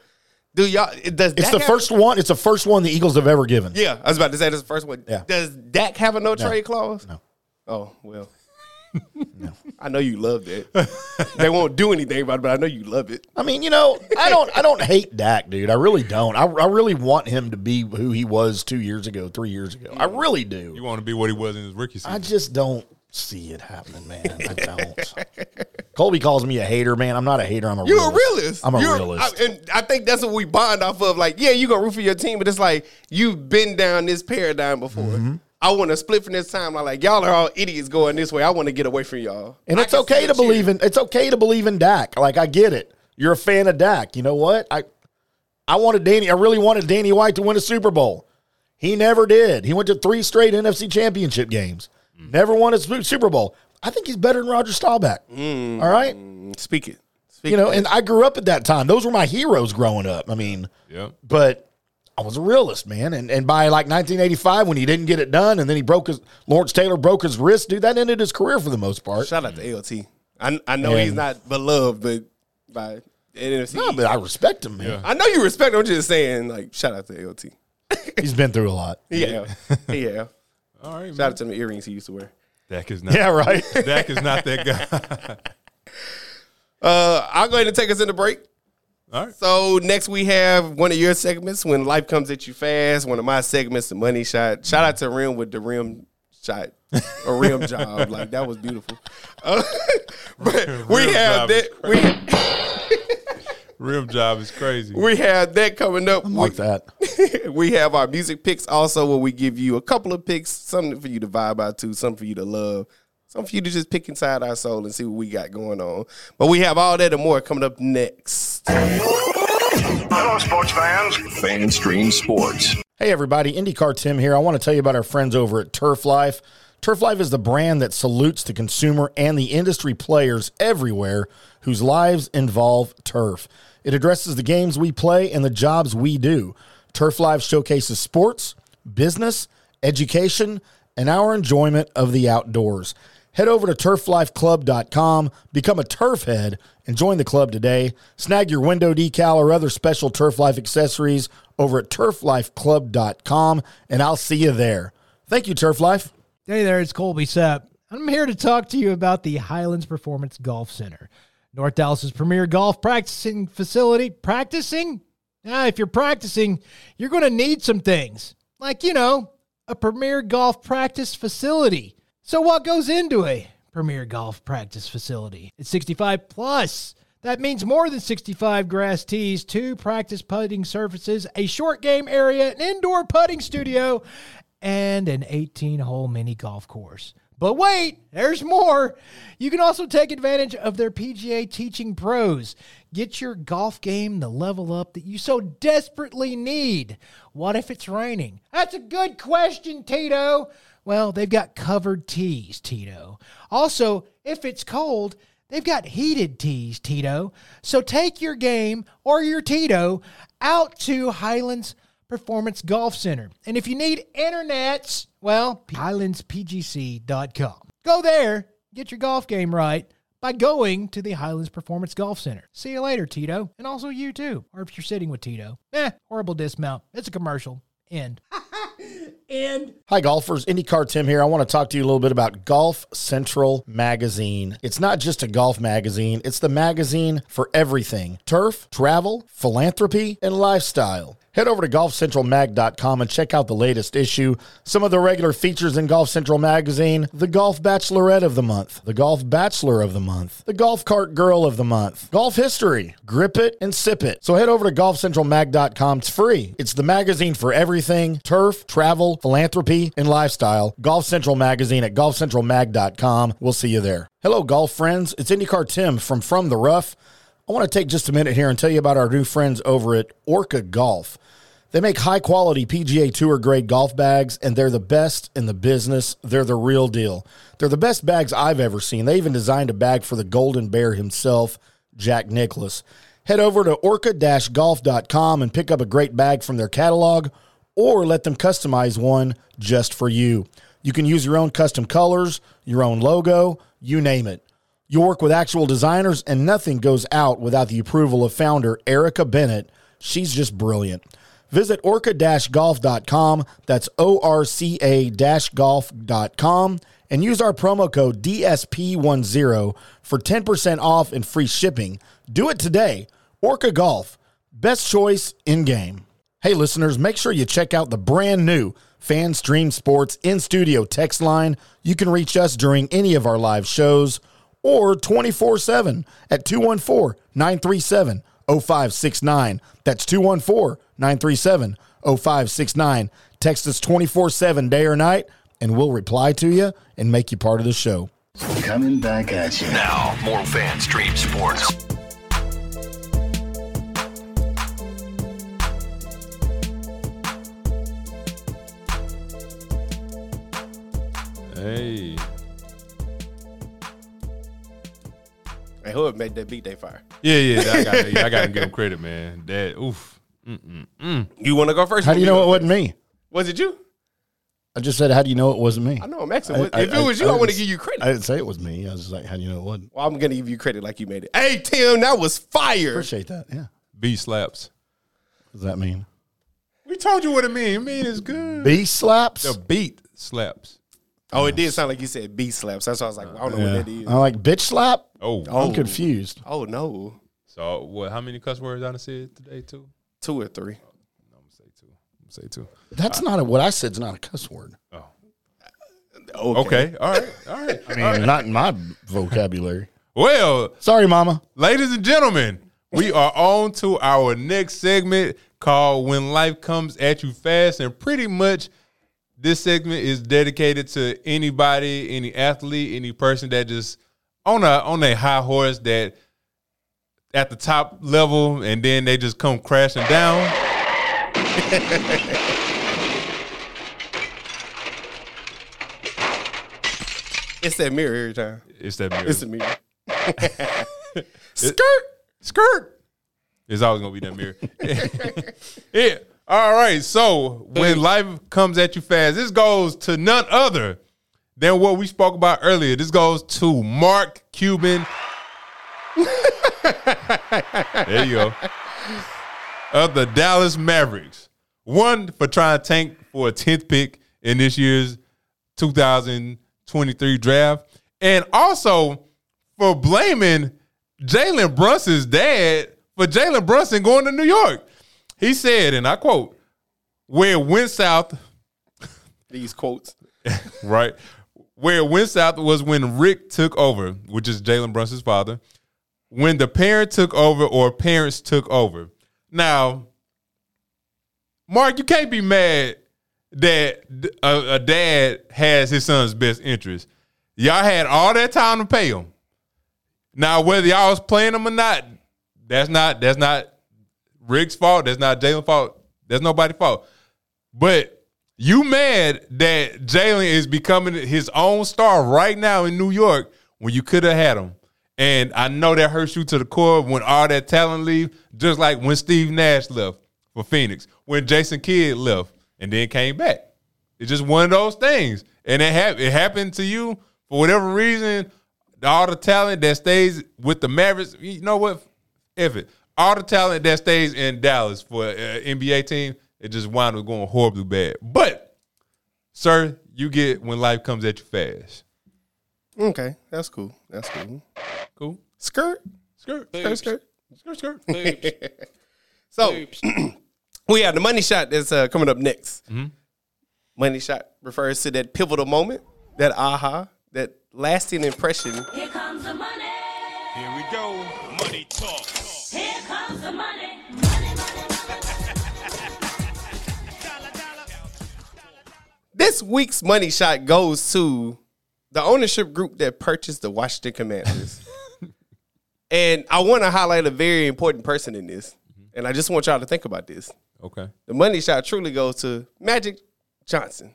S7: Do y'all? it- Does
S8: it's
S7: Dak
S8: the
S7: have-
S8: first one it's the first one the eagles have ever given
S7: Yeah, I was about to say this the first one.
S8: Yeah.
S7: Does Dak have a no, trade clause?
S8: No.
S7: Oh well. I know you loved it. they won't do anything about it, but I know you love it.
S8: i mean you know i don't i don't hate dak dude i really don't I, I really want him to be who he was two years ago three years ago i really
S5: you
S8: do
S5: want to be what he was in his rookie season?
S8: i just don't see it happening man i don't colby calls me a hater man i'm not a hater i'm a
S7: You're
S8: realist.
S7: a realist.
S8: i'm a
S7: You're-
S8: realist
S7: I- and I think that's what we bond off of. Like, yeah, you gonna root for your team, but it's like you've been down this paradigm before.
S8: Mm-hmm.
S7: I want to split from this time. I'm like, y'all are all idiots going this way. I want to get away from y'all.
S8: And
S7: I
S8: it's
S7: can
S8: okay
S7: see
S8: to
S7: the cheer.
S8: believe in it's okay to believe in Dak. Like I get it. You're a fan of Dak. You know what? I I wanted Danny, I really wanted Danny White to win a Super Bowl. He never did. He went to three straight NFC championship games.
S7: Mm.
S8: Never won a Su- Super Bowl. I think he's better than Roger Staubach. All right.
S7: Speak it. Mm. Speak
S8: You know,
S7: it.
S8: and I grew up at that time. Those were my heroes growing up. I mean,
S5: yep.
S8: but I was a realist, man. And and by like 1985, when he didn't get it done, and then he broke his Lawrence Taylor broke his wrist, dude. That ended his career for the most part.
S7: shout out to LT. I I know he's
S8: And-
S7: not beloved, but by NFC.
S8: No, but I respect him, man.
S5: Yeah.
S7: I know you respect. him, I'm just saying, like, shout out to LT.
S8: He's been through a lot.
S7: Yeah, yeah.
S5: All right,
S7: Shout
S5: man.
S7: out to the earrings he used to wear.
S5: Dak is not.
S8: right.
S5: Dak is not that guy.
S7: Uh, I'll go ahead and take us in the break.
S5: All right.
S7: So next we have one of your segments, When Life Comes at You Fast. One of my segments, The Money Shot. Shout out to Rim with the Rim shot. A rim job. Like that was beautiful. Uh, but we
S5: Rim
S7: have
S5: job is
S7: that we,
S5: Rim job is crazy.
S7: we have that coming up.
S8: like
S7: We-
S8: that.
S7: we have our music picks also where we give you a couple of picks, something for you to vibe out to, something for you to love, something for you to just pick inside our soul and see what we got going on. But we have all that and more coming up next.
S2: Hello, sports fans.
S1: Fanstream Sports.
S8: Hey, everybody. IndyCar Tim here. I want to tell you about our friends over at Turf Life. Turf Life is the brand that salutes the consumer and the industry players everywhere whose lives involve turf. It addresses the games we play and the jobs we do. Turf Life showcases sports, business, education, and our enjoyment of the outdoors. Head over to turflifeclub.com, become a turf head, and join the club today. Snag your window decal or other special Turf Life accessories over at turflifeclub.com, and I'll see you there. Thank you, Turf Life.
S9: Hey there, it's Colby Sepp. I'm here to talk to you about the Highlands Performance Golf Center, North Dallas's premier golf practicing facility. Practicing? Ah, if you're practicing, you're going to need some things, like, you know, a premier golf practice facility. So, what goes into a premier golf practice facility? It's 65 plus. That means more than 65 grass tees, two practice putting surfaces, a short game area, an indoor putting studio, and an 18 hole mini golf course. But wait, there's more. You can also take advantage of their PGA teaching pros. Get your golf game the level up that you so desperately need. What if it's raining? That's a good question, Tito. Well, they've got covered tees, Tito. Also, if it's cold, They've got heated tees, Tito. So take your game or your Tito out to Highlands Performance Golf Center. And if you need internets, well, highlandspgc.com. Go there, get your golf game right by going to the Highlands Performance Golf Center. See you later, Tito. And also you too. Or if you're sitting with Tito. Eh, horrible dismount. It's a commercial. End.
S8: Hi, golfers. IndyCar Tim here. I want to talk to you a little bit about Golf Central Magazine. It's not just a golf magazine, it's the magazine for everything turf, travel, philanthropy, and lifestyle. Head over to golfcentralmag.com and check out the latest issue. Some of the regular features in Golf Central Magazine the Golf Bachelorette of the Month, the Golf Bachelor of the Month, the Golf Cart Girl of the Month, Golf History, Grip It and Sip It. So head over to golfcentralmag.com. It's free. It's the magazine for everything turf, travel, philanthropy, and lifestyle. Golf Central Magazine at golfcentralmag.com. We'll see you there. Hello, golf friends. It's IndyCar Tim from From the Rough. I want to take just a minute here and tell you about our new friends over at Orca Golf. They make high quality PGA Tour grade golf bags, and they're the best in the business. They're the real deal. They're the best bags I've ever seen. They even designed a bag for the Golden Bear himself, Jack Nicholas. Head over to orca golf.com and pick up a great bag from their catalog, or let them customize one just for you. You can use your own custom colors, your own logo, you name it. You work with actual designers, and nothing goes out without the approval of founder Erica Bennett. She's just brilliant. Visit orca golf.com. That's O R C A golf.com. And use our promo code DSP10 for 10% off and free shipping. Do it today. Orca Golf, best choice in game. Hey, listeners, make sure you check out the brand new FanStream Sports in studio text line. You can reach us during any of our live shows or 24 7 at 214 937 0569. That's 214 937 0569. Text us 24 7 day or night, and we'll reply to you and make you part of the show.
S10: Coming back at you.
S1: Now, more Fanstream Sports.
S5: Hey,
S7: And whoever made that beat, they fire.
S5: yeah, yeah. I got, I got to give him credit, man. That oof.
S7: You want to go first?
S8: How do you know it wasn't me?
S7: Was it you?
S8: I just said, how do you know it wasn't me?
S7: I know I'm asking. What- if it was you, I, want to
S8: didn't-
S7: give you credit.
S8: I didn't say it was me. I was just like, how do you know it wasn't?
S7: well, I'm gonna give you credit like you made it. Hey Tim, that was fire.
S8: Appreciate that. Yeah.
S5: B slaps.
S8: What does that mean?
S5: We told you what it mean. It mean it's good.
S8: B slaps?
S5: The beat slaps.
S7: Oh, it did sound like you said B slaps. That's why I was like, well, I don't know
S8: Yeah.
S7: what that is.
S8: I'm like, bitch slap?
S5: Oh,
S8: I'm confused.
S7: Oh no,
S5: So what? How many cuss words I done said today? Two.
S7: two or three.
S5: Say two. Say two.
S8: That's not a, what I said's not a cuss word.
S5: Okay. All right. All right.
S8: I mean, not in my vocabulary.
S5: Well,
S8: Sorry, mama.
S5: ladies and gentlemen, we are on to our next segment called When Life Comes at You Fast. And pretty much this segment is dedicated to anybody, any athlete, any person that just on a on a high horse that at the top level and then they just come crashing down.
S7: It's that mirror every time.
S5: It's that mirror.
S7: It's the mirror.
S5: skirt, skirt. It's always gonna be that mirror. yeah. All right. So when life comes at you fast, this goes to none other than what we spoke about earlier. This goes to Mark Cuban. there you go. Of the Dallas Mavericks, one for trying to tank for a tenth pick in this year's 2023 draft, and also for blaming Jalen Brunson's dad for Jalen Brunson going to New York. He said, and I quote, where it went south,
S7: These quotes.
S5: right? Where it went south was when Rick took over, which is Jalen Brunson's father, when the parent took over or parents took over. Now, Mark, you can't be mad that d- a, a dad has his son's best interest. Y'all had all that time to pay him. Now, whether y'all was playing him or not, that's not that's not Rick's fault. That's not Jalen's fault. That's nobody's fault. But you mad that Jalen is becoming his own star right now in New York when you could have had him. And I know that hurts you to the core when all that talent leave, just like when Steve Nash left for Phoenix, when Jason Kidd left and then came back. It's just one of those things. And it, hap- it happened to you for whatever reason. All the talent that stays with the Mavericks, you know what? If it. All the talent that stays in Dallas for an NBA team, it just wound up going horribly bad. But, sir, you get when life comes at you fast.
S7: Okay, that's cool. That's cool.
S5: Cool.
S7: Skirt,
S5: Skirt,
S7: skirt, skirt.
S5: skirt, skirt.
S7: So we have the money shot that's uh, coming up next. Money shot refers to that pivotal moment, that aha, that lasting impression.
S11: Here comes the money. Here we go. Money talk. Here comes the money. Money, money,
S7: This week's money shot goes to the ownership group that purchased the Washington Commanders. and I want to highlight a very important person in this.
S8: Mm-hmm.
S7: And I just want y'all to think about this.
S5: Okay.
S7: The money shot truly goes to Magic Johnson.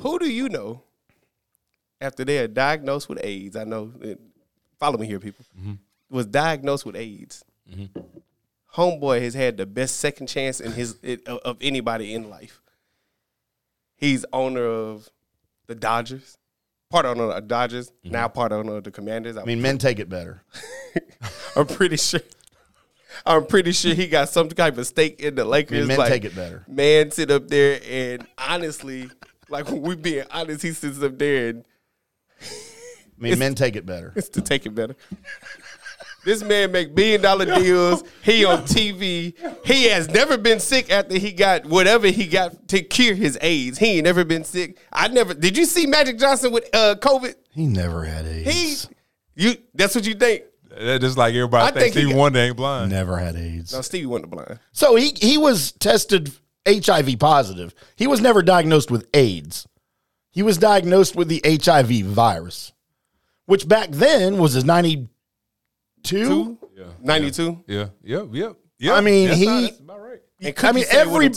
S7: Who do you know after they are diagnosed with AIDS? I know, it, follow me here, people.
S8: Mm-hmm.
S7: Was diagnosed with AIDS. Homeboy has had the best second chance in his it, of- of anybody in life. He's owner of the Dodgers, part owner of the Dodgers, now part owner of the Commanders.
S8: Mm-hmm. I mean, men take it better.
S7: I'm pretty sure. I'm pretty sure he got some type of stake in the Lakers.
S8: men
S7: like,
S8: take it better.
S7: Man, sit up there and honestly, like when we being honest, he sits up there and
S8: I mean, men take it better.
S7: it's to take it better. This man make billion dollar deals. He on TV. He has never been sick after he got whatever he got to cure his AIDS. He ain't never been sick. I never. Did you see Magic Johnson with uh, COVID?
S8: He never had
S7: He,
S8: AIDS.
S7: you. That's what you think.
S5: That- Just like everybody
S7: I
S5: thinks
S7: think he
S5: Steve
S7: got-
S5: Wonder ain't blind.
S8: never had AIDS.
S7: No, Stevie wasn't blind.
S8: So he he was tested HIV positive. He was never diagnosed with AIDS. He was diagnosed with the HIV virus, which back then was his 92.
S7: Ninety two.
S5: Yeah. Yep. Yep. Yep.
S8: I mean,
S5: That's
S8: he-
S5: not- that's about right.
S8: I mean, every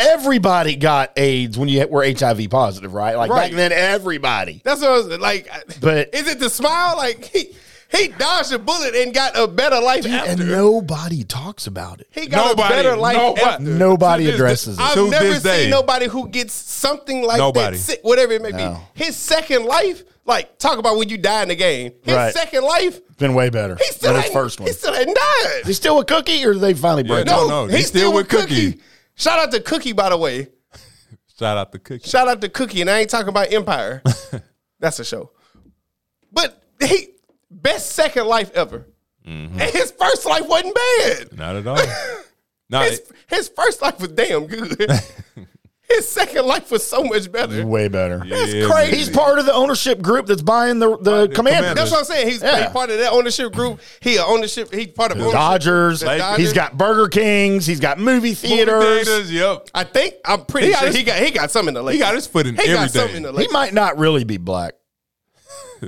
S8: everybody got AIDS when you were HIV positive, right? Like
S7: Right.
S8: back then, everybody.
S7: That's what I was like. I-
S8: But-
S7: is it the smile? Like he, He dodged a bullet and got a better life
S8: And
S7: after.
S8: nobody talks about it.
S7: he got
S5: Nobody,
S7: a better life
S5: nobody.
S7: after.
S8: Nobody
S5: To this
S8: addresses
S5: day-
S8: it.
S7: I've
S5: To
S7: never
S5: this
S7: seen
S5: day.
S7: nobody who gets something like
S5: Nobody.
S7: that, sick, whatever it may
S8: No.
S7: be. His second life, like talk about when you die in the game. His
S8: Right.
S7: second life,
S8: It's been way better
S7: he still
S8: than his
S7: ain't-
S8: first one.
S7: He still ain't died.
S8: Is he still a cookie or did they finally break
S5: No,
S8: up?
S5: no, he's still with Cookie.
S7: Shout out to Cookie, by the way.
S5: Shout out the cookie.
S7: Shout out to Cookie, and I ain't talking about Empire. That's a show. But he best second life ever.
S5: Mm-hmm.
S7: And his first life wasn't bad.
S5: Not at all. Not
S7: His, his first life was damn good. his second life was so much better.
S8: Way better.
S7: That's
S5: Yeah,
S7: crazy.
S8: He's part of the ownership group that's buying the, the
S5: the
S8: commanders.
S5: Commanders.
S7: That's what I'm saying. He's
S8: Yeah.
S7: he part of that ownership group. He a ownership. He's part of ownership.
S8: Dodgers.
S7: The Dodgers.
S8: He's got Burger Kings. He's got movie theaters.
S5: Yep.
S7: I think I'm pretty
S5: He got
S7: sure
S5: his-
S7: he got he got something in the lake.
S5: He got his foot in
S7: He got something
S5: everything.
S7: in the
S8: He
S7: lake.
S8: might not really be black.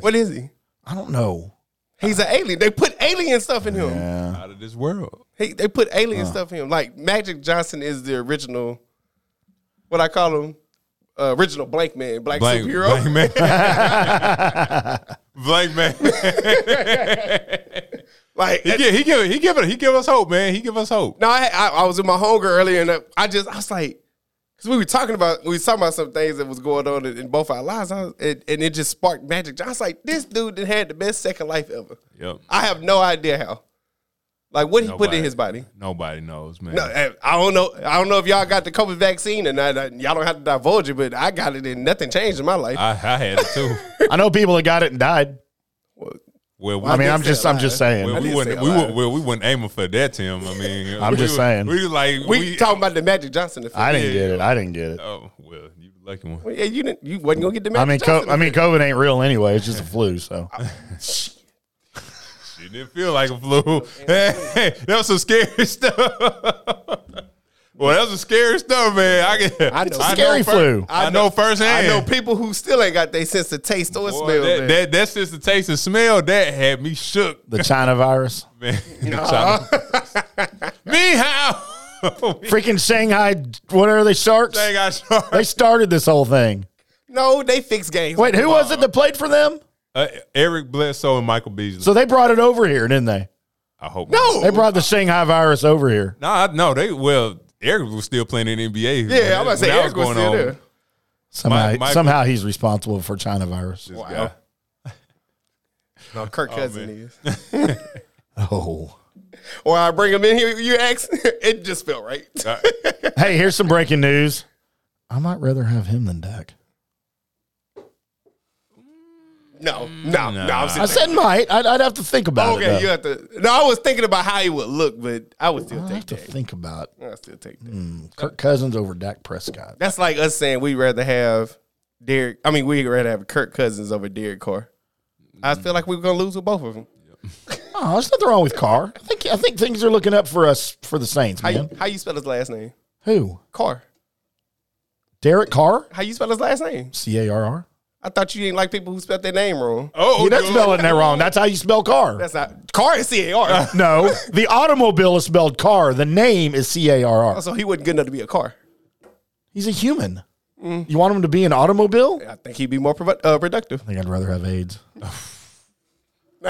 S7: What is he?
S8: I don't know.
S7: He's an alien. They put alien stuff in him.
S5: Out of this world.
S7: He, they put alien stuff in him. Like Magic Johnson is the original. What I call him, uh, original blank man, black
S5: Blank,
S7: superhero.
S5: blank man. blank man.
S7: Like
S5: He give, he give he give it he give us hope, man. He give us hope.
S7: No, I, I, I was in my hunger earlier, and I, I just I was like, because we were talking about we were talking about some things that was going on in, in both our lives, I was, and, and it just sparked magic. I was like, this dude that had the best second life ever.
S5: Yep.
S7: I have no idea how. Like what he put
S5: Nobody-
S7: in his body.
S5: Nobody knows, man.
S7: No, I I don't know. I don't know if y'all got the COVID vaccine or not. Y'all don't have to divulge it, but I got it, and nothing changed in my life.
S5: I, I had it too.
S8: I know people that got it and died.
S5: Well, we,
S8: I mean,
S7: did
S8: I'm
S7: say
S8: just,
S7: a
S8: I'm
S7: lot.
S8: just saying.
S5: well, we
S7: did
S5: wouldn't
S7: say
S5: we
S7: a
S5: would,
S7: lot.
S5: well, we weren't aiming for that, Tim. I mean,
S8: I'm
S5: we
S8: just
S5: were-
S8: saying.
S5: we was like
S7: we,
S5: we,
S7: talking about the Magic Johnson effect.
S8: I didn't
S5: Yeah.
S8: get it. I didn't get it.
S5: Oh well, you lucky one.
S7: Well, yeah, you didn't. You wasn't gonna get the Magic
S8: I mean, co-
S7: Johnson.
S8: I mean, COVID ain't real anyway. It's just a flu. So
S5: She didn't feel like a flu. that was some scary stuff. well, that was some scary stuff, man. I get.
S7: I know.
S8: Scary
S5: fir-
S8: flu.
S5: I know
S7: I
S5: firsthand.
S7: know people who still ain't got their sense of taste
S5: Boy,
S7: or smell.
S5: that,
S7: man.
S5: that that's just the taste and smell that had me shook,
S8: the China virus,
S5: man. me how?
S8: freaking Shanghai, what are they sharks?
S5: Dang, I shook.
S8: They started this whole thing.
S7: No, they fix games.
S8: Wait, who was it that played for them?
S5: Uh, Eric Bledsoe and Michael Beasley.
S8: So they brought it over here, didn't they?
S5: I hope
S7: No.
S8: They brought the Shanghai virus over here.
S5: No, I, no, they well. Eric was still playing in the NBA. when
S7: yeah, I'm about to
S5: that-
S7: say
S5: when that
S7: Eric was
S5: going
S7: still
S5: on.
S7: there.
S8: Somehow,
S5: My- my-
S8: somehow he's responsible for China virus.
S5: This guy.
S7: No, Kirk Cousin is.
S8: Oh.
S7: Or I bring him in here. You ask, it just felt right.
S8: Hey, here's some breaking news. I might rather have him than Dak.
S7: No, no, no. I'm
S8: I
S7: sitting
S8: said might. I'd, I'd have to think
S7: there.
S8: about it.
S7: okay,
S8: though.
S7: you have to. No, I was thinking about how he would look, but I would still
S8: I'd
S7: take
S8: have to
S7: that.
S8: think about
S7: I still take that.
S8: Kirk Cousins over Dak Prescott.
S7: That's like us saying we'd rather have Derek. I mean, we'd rather have Kirk Cousins over Derek Carr. I feel like we were gonna lose with both of them.
S8: Oh, there's nothing wrong with Carr. I think I think things are looking up for us for the Saints,
S7: How
S8: man.
S7: you, how you spell his last name?
S8: Who?
S7: Carr.
S8: Derek Carr?
S7: How you spell his last name?
S8: C A R R.
S7: I thought you didn't like people who spelled their name wrong.
S5: Oh,
S8: He does
S5: dude.
S8: spell it in there wrong. That's how you spell Carr.
S7: That's not Carr is C A R.
S8: no, the automobile is spelled Carr. The name is C A R R.
S7: So he wasn't good enough to be a car.
S8: He's a human. You want him to be an automobile?
S7: I think he'd be more produ- uh, productive.
S8: I think I'd rather have AIDS.
S7: Not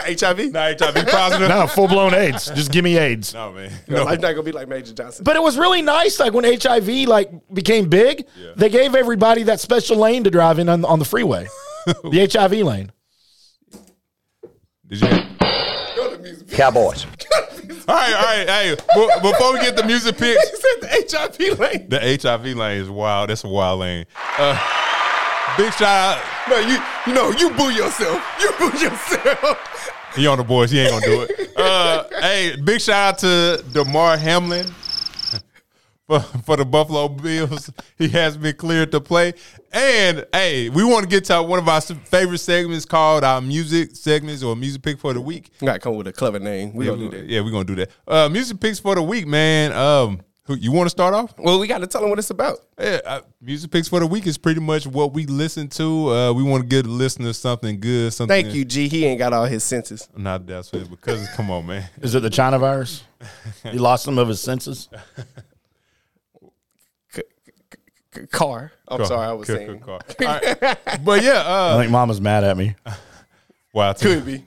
S7: HIV.
S5: Nah, HIV positive.
S8: No, full blown AIDS. Just give me AIDS.
S5: No, man.
S7: No.
S5: No.
S7: Life not gonna be like Major Johnson.
S8: But it was really nice, like when HIV like became big, they gave everybody that special lane to drive in on, on the freeway, the HIV lane.
S5: Did you? All
S3: Cowboys.
S5: right, all right. Hey, be- before we get the music picks,
S7: he said the HIV lane.
S5: the HIV lane is wild. That's a wild lane. Uh, big shout out.
S7: No, you you know you boo yourself. You boo yourself.
S5: He on the boys. He ain't gonna do it. Uh, hey, big shout out to Demar Hamlin for, for the Buffalo Bills. He has been cleared to play. And hey, we want to get to one of our favorite segments called our music segments or music pick for the week.
S7: You gotta come with a clever name. We
S5: Yeah,
S7: gonna do
S5: we-
S7: that.
S5: yeah, we're gonna do that. Uh, music picks for the week, man. Um, who, you want to start off?
S7: Well, we gotta tell them what it's about.
S5: Yeah, uh, music picks for the week is pretty much what we listen to. Uh, we want to give the listeners something good. Something.
S7: Thank you, G. He ain't got all his senses.
S5: Not that's it because come on, man.
S8: Is it the China virus? He lost some of his senses.
S7: C- c- c- car. I'm sorry, I was
S5: Car-
S7: saying.
S5: car- car. All right. But yeah, uh,
S8: I think Mama's mad at me.
S5: Wow,
S7: Could be.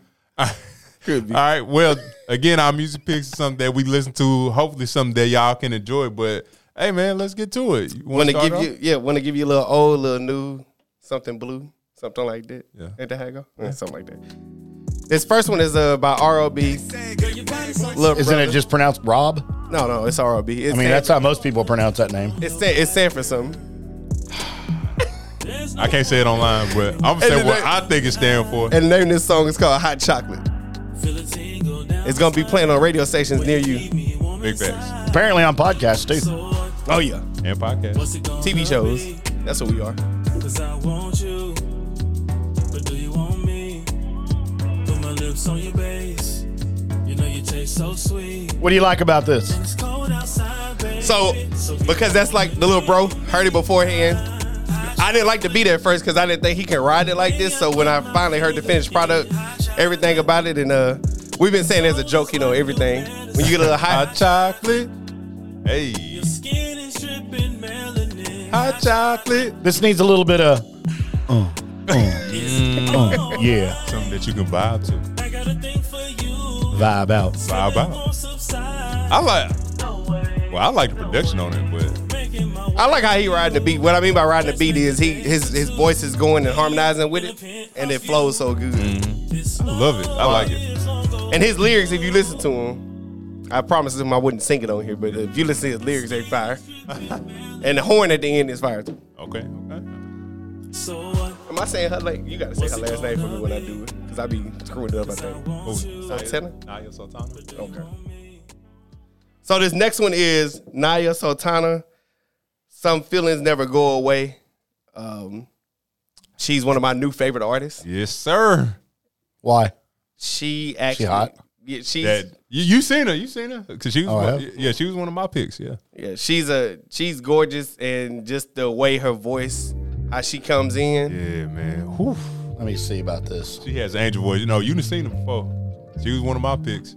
S5: Could be. All right. Well, again, our music picks is something that we listen to. Hopefully, something that y'all can enjoy. But hey, man, let's get to it. You
S7: Want to
S5: start
S7: give
S5: off?
S7: you, yeah, want to give you a little old, little new, something blue, something like that.
S5: Yeah.
S7: Ain't that how it go? Yeah, something like that. This first one is uh, by ROB. Lil
S8: Isn't
S7: Brother.
S8: it just pronounced Rob?
S7: No, no, it's ROB. It's
S8: I mean,
S7: San-
S8: that's how most people pronounce that name.
S7: it's San, it's San for something.
S5: I can't say it online, but I'm gonna
S7: And
S5: say
S7: then
S5: what
S7: they-
S5: I think it stands for.
S7: And the name of this song is called Hot Chocolate. It's gonna be playing on radio stations near you.
S5: Big facts
S8: Apparently on podcasts too.
S7: Oh yeah,
S5: and podcast.
S7: TV shows. That's what we are.
S11: Cause I want you, but do you want me? Put my lips on your base. You know you taste so sweet.
S8: What do you like about this?
S11: It's cold outside, baby.
S7: So, because that's like the little bro heard it beforehand. I didn't like the beat at first because I didn't think he could ride it like this. So when I finally heard the finished product, everything about it, and uh, we've been saying there's a joke, you know, everything. When you get a little
S5: Hot
S7: hot,
S5: chocolate. Hey,
S11: skin is dripping melanin.
S5: hot chocolate.
S8: This needs a little bit of. uh, uh, uh, yeah,
S5: Something that you can vibe to.
S11: I got a thing for you.
S8: vibe out.
S5: Vibe out.
S11: Won't subside.
S5: I like. Well, I like the production on it, but
S7: I like how he riding the beat. What I mean by riding the beat is he his his voice is going and harmonizing with it, and it flows so good.
S5: I love it. I like it.
S7: And his lyrics, if you listen to him, I promised him I wouldn't sing it on here, but if you listen to his lyrics, they fire. and the horn at the end is fire. too.
S5: Okay. Okay.
S11: So what?
S7: Am I saying her like you gotta say her last name for me when I do it? Cause I be screwing it up, I think.
S5: Who?
S7: Sultana?
S5: Naya Sultana.
S7: Okay. So this next one is Naya Sultana. Some feelings never go away. Um, she's one of my new favorite artists.
S5: Yes, sir.
S8: Why?
S7: She actually
S8: hot?
S7: Yeah, she's
S5: That you, you seen her? You seen her? Cause she was
S8: Oh, I
S5: one-
S8: have?
S5: yeah, she was one of my picks. Yeah.
S7: yeah, she's a she's gorgeous and just the way her voice, how she comes in.
S5: Yeah, man. Whew.
S8: Let me see about this.
S5: She has angel voice. You know, you done seen her before. She was one of my picks.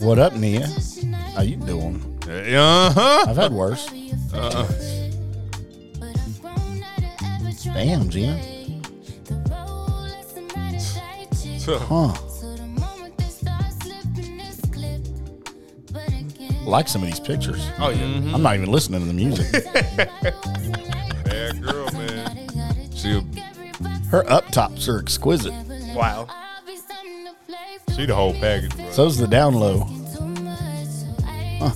S8: What up, Nia? How you doing?
S5: Uh huh.
S8: I've had worse. Damn, Gina. Huh. Like some of these pictures.
S7: Oh yeah.
S8: I'm not even listening to the music.
S5: Bad girl, man. She a-
S8: Her up tops are exquisite.
S7: Wow.
S5: she the whole package, bro.
S8: So's the down low. Huh.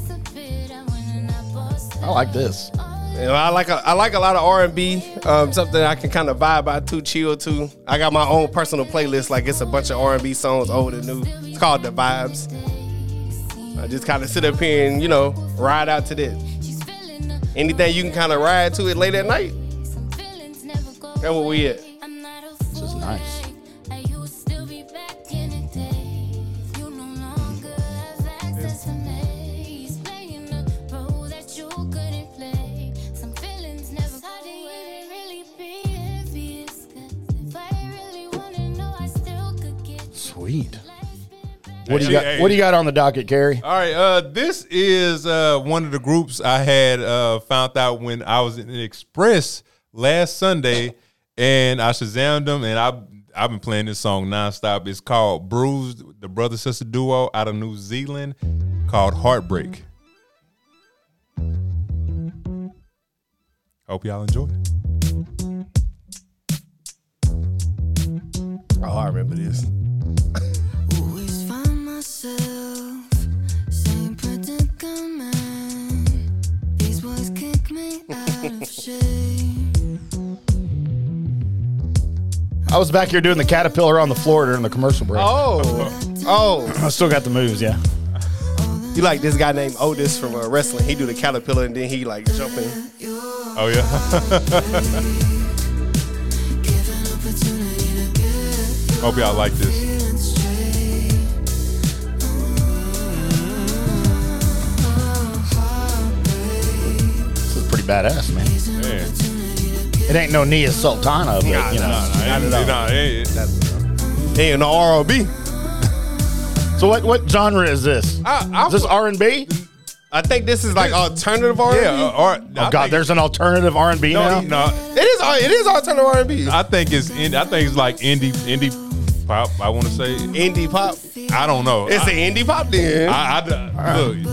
S8: I like this.
S7: You know, I like a, I like a lot of R and B, um, something I can kind of vibe out to, chill to. I got my own personal playlist, like it's a bunch of R and B songs, old and new. It's called the Vibes. I just kind of sit up here and you know ride out to this. Anything you can kind of ride to it late at night. That's what we at.
S8: This is nice. Sweet. What do you got? What do you got on the docket, Carrie?
S5: All right, uh, this is uh, one of the groups I had uh, found out when I was in Express last Sunday, and I shazammed them, and I I've been playing this song nonstop. It's called Bruised, the brother sister duo out of New Zealand, called Heartbreak. Hope y'all enjoy. it.
S7: Oh, I remember this.
S12: Always find myself same predicament. These boys kick me out of shape.
S8: I was back here doing the caterpillar on the floor during the commercial break.
S7: Oh, oh,
S8: I still got the moves, yeah.
S7: you like this guy named Otis from uh, wrestling? He do the caterpillar and then he like jumping.
S5: Oh yeah,
S12: Give an opportunity to get
S5: hope y'all like this.
S12: feeling straight.
S8: This is pretty badass, man.
S5: Man.
S8: It ain't no Nia Sultana, but you know.
S5: Nah, nah, nah, hey,
S7: Hey, and uh, the R and B.
S8: So what? What genre is this?
S5: I- I
S8: is this
S5: would-
S8: R and B?
S7: I think this is like alternative R&B.
S5: Yeah, uh, or-
S8: Oh God, there's an alternative R and B
S5: No,
S8: now.
S5: no.
S7: It is uh, it is alternative R&B.
S5: I think it's in, I think it's like indie indie pop. I want to say
S7: indie pop.
S5: I don't know.
S7: It's
S5: I,
S7: an indie pop then.
S5: I, I- look.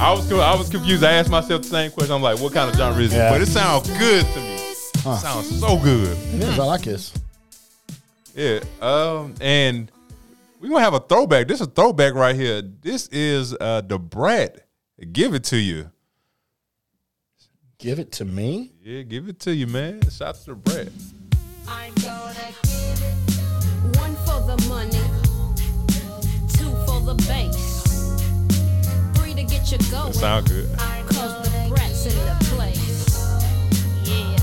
S5: I was co- I was confused. I asked myself the same question. I'm like, what kind of genre is it?
S8: Yeah.
S5: But it sounds good to me. It Sounds so good.
S8: It is. I like this.
S5: Yeah. Um. And we gonna have a throwback. This is a throwback right here. This is uh the Brat. Give it to you.
S8: Give it to me.
S5: Yeah. Give it to you, man. Shout to the Brat.
S6: I'm gonna give it one for the money, two for the base, three to get you going.
S5: That sound good.
S6: Cause the brat's in the place. Yeah.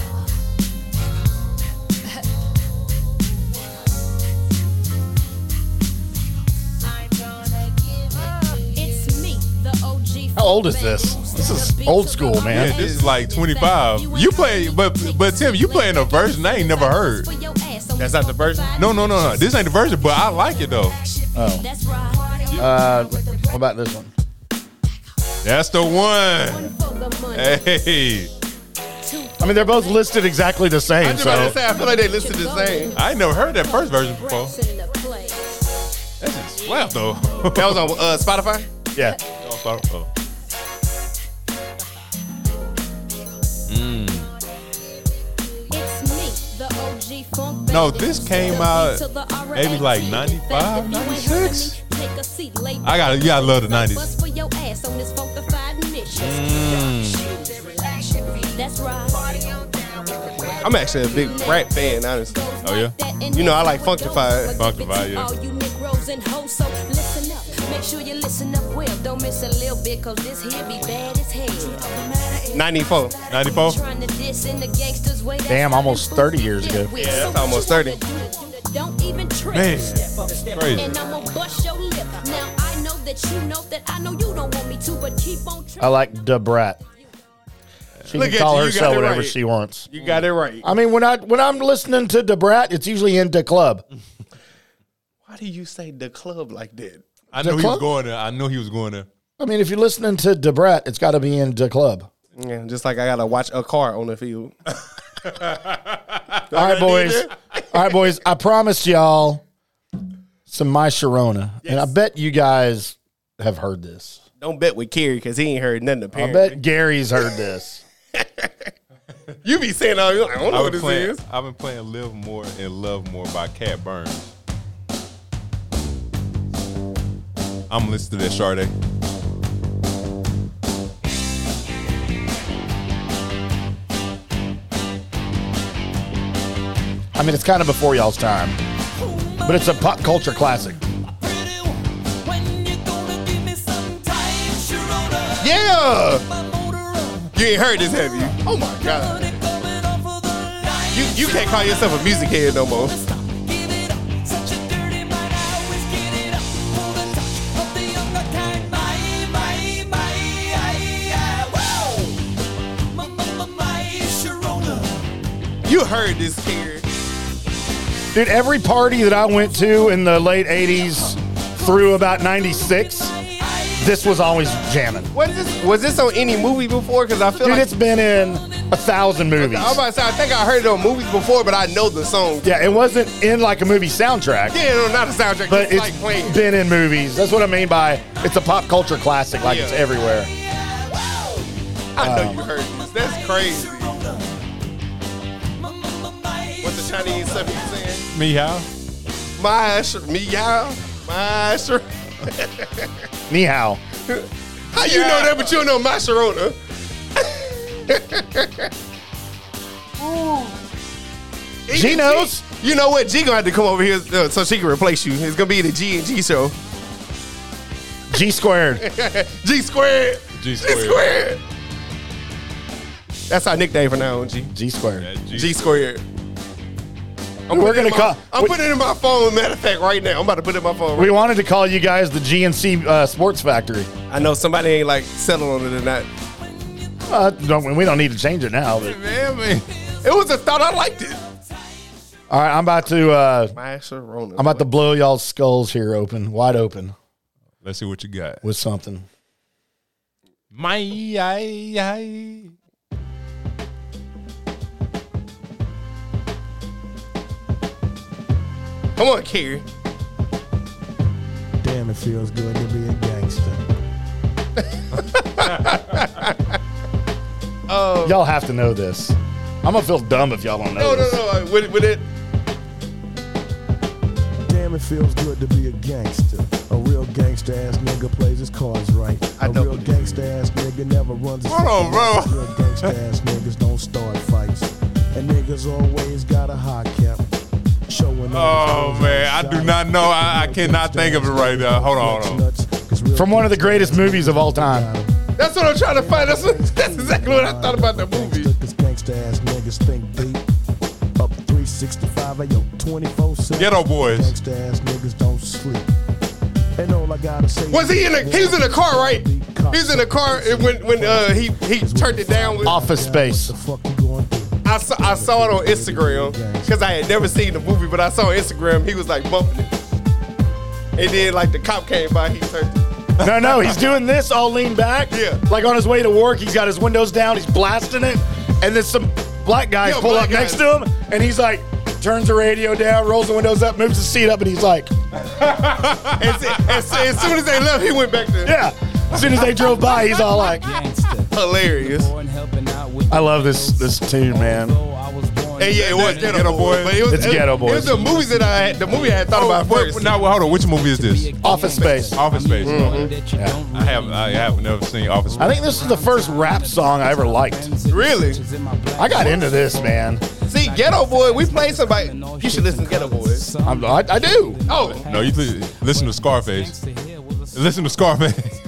S6: I'm gonna give it to you. It's me, the OG.
S8: How old is this? This is old school, man.
S5: Yeah, this is like 25. You play, but but Tim, you playing a version I ain't never heard.
S7: That's not the version.
S5: No, no, no, no. This ain't the version, but I like it though.
S8: Oh. Uh, what about this one?
S5: That's the one. Hey,
S8: I mean, they're both listed exactly the
S7: I
S8: same.
S7: just about to
S8: So
S7: say I feel like they listen to the same.
S5: I ain't never heard that first version before. That's just slap though.
S7: That was on uh, Spotify.
S8: yeah,
S5: Oh, oh, oh.
S6: It's me, the OG funk
S5: No,
S6: baby.
S5: this came
S6: Still
S5: out
S6: beat to the
S5: maybe like
S6: RAT.
S5: 95,
S6: If you ain't heard of
S5: 96.
S6: me, take a seat, lay
S5: I gotta- you gotta love the 90s.
S6: Bust for your ass on this funkified mission.
S5: Mm.
S6: That's right.
S7: I'm actually a big Brat fan, honestly.
S5: Oh yeah.
S7: You know I like Funkified.
S5: Funkified, yeah.
S6: All you Negroes and hoes, so listen up. Make sure you listen up well. Don't miss a little bit, cause this here be bad as hell.
S7: 94.
S5: 94.
S6: Trying to diss in the gangster's way.
S8: damn, almost 30 years ago.
S7: Yeah, that's almost 30.
S6: Don't even trip.
S5: Man,
S6: Step up, step up.
S5: crazy.
S6: And I'ma bust your lip. Now I know that you know that I know you don't want me to, but keep on
S8: I
S6: trying.
S8: like Debrat. She
S7: Look
S8: can
S7: at
S8: call
S7: you, you got
S8: herself
S7: it
S8: whatever
S7: right.
S8: she wants.
S7: You got it right.
S8: I mean, when I when I'm listening to Debrat, it's usually in the club.
S7: Why do you say the club like that?
S5: I knew he was
S8: club?
S5: going there. I knew he was going there.
S8: I mean, if you're listening to Debrat, it's got to be in the club.
S7: Yeah, just like I gotta watch a car on the field.
S8: All right, boys. All right, boys. I promised y'all some My Sharona, and I bet you guys have heard this.
S7: Don't bet with Kerry because he ain't heard nothing.
S8: I
S7: Apparently,
S8: bet Gary's heard this.
S7: you be saying all you like, I don't know
S5: I've
S7: what
S5: been,
S7: this
S5: playing,
S7: is.
S5: I've been playing Live More and Love More by Cat Burns. I'm listening to that Sade.
S8: I mean, it's kind of before y'all's time, but it's a pop culture classic.
S7: Yeah, you ain't heard this, have you? Oh my god, you you can't call yourself a music head no more. You heard this, Kerry.
S8: Dude, every party that I went to in the late 80s through about 96, this was always jamming.
S7: Was this was this on any movie before? Because I feel
S8: Dude,
S7: like
S8: it's been in a thousand movies.
S7: I'm about to say I think I heard it on movies before, but I know the song.
S8: Yeah, it wasn't in like a movie soundtrack,
S7: Yeah, no, not the soundtrack.
S8: but
S7: it's,
S8: it's
S7: like playing.
S8: been in movies. That's what I mean by it's a pop culture classic, like it's
S7: Yeah.
S8: everywhere.
S7: I know you heard this. That's crazy. What the Chinese stuff you saying?
S5: Me how?
S7: My sh- meow, my sh-
S8: Ni hao.
S7: How you know that, but you don't know my Sharona?
S8: G knows.
S7: You know what? G gonna have to come over here uh, so she can replace you. It's gonna be the G and G show.
S8: G squared.
S7: G squared.
S5: G
S7: G squared. That's our nickname for now on G.
S8: G
S5: Yeah,
S8: squared.
S5: G-
S7: G squared. I'm
S8: We're
S7: putting it in
S8: gonna
S7: my-
S8: call-
S7: I'm
S8: we-
S7: putting it in my phone. Matter of fact, right now, I'm about to put it in my phone.
S8: We wanted to call you guys the GNC uh, Sports Factory.
S7: I know somebody ain't like settled on it or not.
S8: Uh, don't, we don't need to change it now. But.
S7: Man, man. It was a thought. I liked it.
S8: All right, I'm about to uh,
S7: My Sharona.
S8: I'm about to blow y'all's skulls here open, wide open,
S5: Let's see what you got.
S8: with something.
S5: My, I, I.
S7: Come on, Kerry.
S13: Damn, it feels good to be a gangster.
S7: Oh,
S8: Y'all have to know this. I'm gonna feel dumb if y'all don't know
S7: no, no,
S8: this.
S7: no. With, with it,
S13: Damn, it feels good to be a gangster. A real gangster ass nigga plays his cards right. A real gangster ass nigga never runs his
S5: Hold on, bro.
S13: mouth. Real gangster ass niggas don't start fights. And niggas always got a high cap. Showing
S5: Oh man, I do not know. I, I cannot think of it right now. Hold on, hold on.
S8: From one of the greatest movies of all time.
S7: that's what I'm trying to find. That's, what, that's exactly what I thought about that movie.
S13: Cause gangster ass niggas think deep. Up 365 at yo 24 7.
S5: Ghetto Boys.
S13: Gangster ass niggas don't sleep. And all I gotta say
S7: Was he in a? He was in a car, right? He was in a car and when when uh, he he turned it down. With,
S8: Office Space.
S7: I saw, I saw it on Instagram because I had never seen the movie, but I saw on Instagram he was like bumping it. And then like the cop came by, he turned.
S8: No, no, he's doing this all lean back. Yeah. Like on his way to work, he's got his windows down, he's blasting it, and then some black guys
S7: Yeah,
S8: pull
S7: black
S8: up next
S7: guys.
S8: to him, and he's like, turns the radio down, rolls the windows up, moves the seat up, and he's like,
S7: And, si- and si- as soon as they left, he went back to.
S8: Yeah. As soon as they drove by, he's all like,
S7: hilarious.
S8: I love this this tune, man.
S7: And yeah, it was Ghetto, Boys. But it was,
S8: It's
S7: it-
S8: Ghetto
S7: It was
S8: Boys.
S7: the movies that I had, the movie I had
S5: Oh,
S7: thought about
S5: What-
S7: first.
S5: now, well, hold on. Which movie is this? Mm-hmm.
S8: Office Space.
S5: Office Space. I have I have never seen Office Space.
S8: I think this is the first rap song I ever liked.
S7: Really?
S8: I got into this, man.
S7: See, Ghetto Boy, we played somebody. You should listen to Ghetto Boys.
S8: I'm, I, I do.
S7: Oh,
S5: No, you li- listen to Scarface. Listen to Scarface.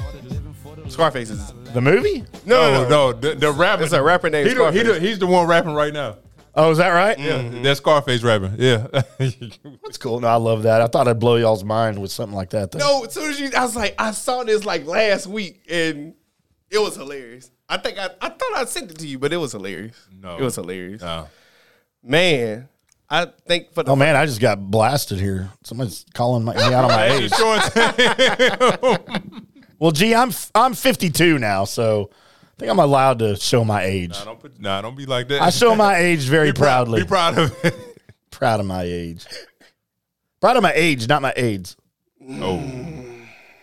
S7: Scarface is.
S8: The movie?
S7: Oh. No, no, no.
S5: Oh, no. The, the rapper.
S7: It's a rapper named
S5: He, the- he
S7: Scarface.
S5: the- he's the one rapping right now.
S8: Oh, is that right?
S5: Yeah, that's Mm-hmm. Scarface rapping. Yeah.
S8: That's cool. No, Mm, I love that. I thought I'd blow y'all's mind with something like that. Though.
S7: No, as soon as you, I was like, I saw this like last week and it was hilarious. I think I, I thought I sent it to you, but it was hilarious.
S5: No.
S7: It was hilarious.
S5: No. Um,
S7: Man, I think for the.
S8: Oh man, I just got blasted here. Somebody's calling my, me out on my age. Well, gee, I'm f- I'm 52 now, so I think I'm allowed to show my age.
S5: Nah, don't put, nah, don't be like that.
S8: I show my age very
S5: Be proud-
S8: proudly.
S5: Be proud of it.
S8: Proud of my age. Proud of my age, not my AIDS.
S5: Oh,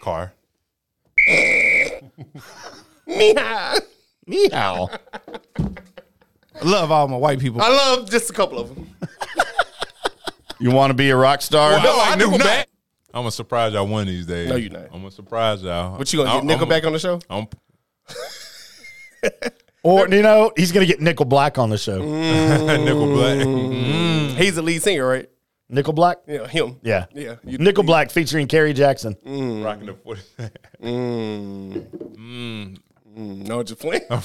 S5: car.
S7: Meow.
S8: Meow.
S4: I love all my white people.
S7: I love just a couple of them.
S8: You want to be a rock star?
S5: Well, Oh, I
S7: I
S5: like
S7: do not.
S5: Nickelback. I'm gonna surprise y'all one of these days.
S7: No, you're not.
S5: I'm gonna surprise y'all.
S7: What you gonna
S5: I'm-
S7: get Nickelback on the show?
S5: I'm, I'm,
S8: Or you know, he's gonna get Nickel Black on the
S7: Mm-hmm.
S8: show.
S5: Nickelback.
S7: Mm. He's the lead singer, right?
S8: Nickel Black.
S7: Yeah, him.
S8: Yeah.
S7: Yeah, you- Mm-hmm.
S8: Nickel Black featuring Kerry Jackson.
S5: Mm-hmm. Rocking the 40.
S7: No, just playing.
S5: Oh.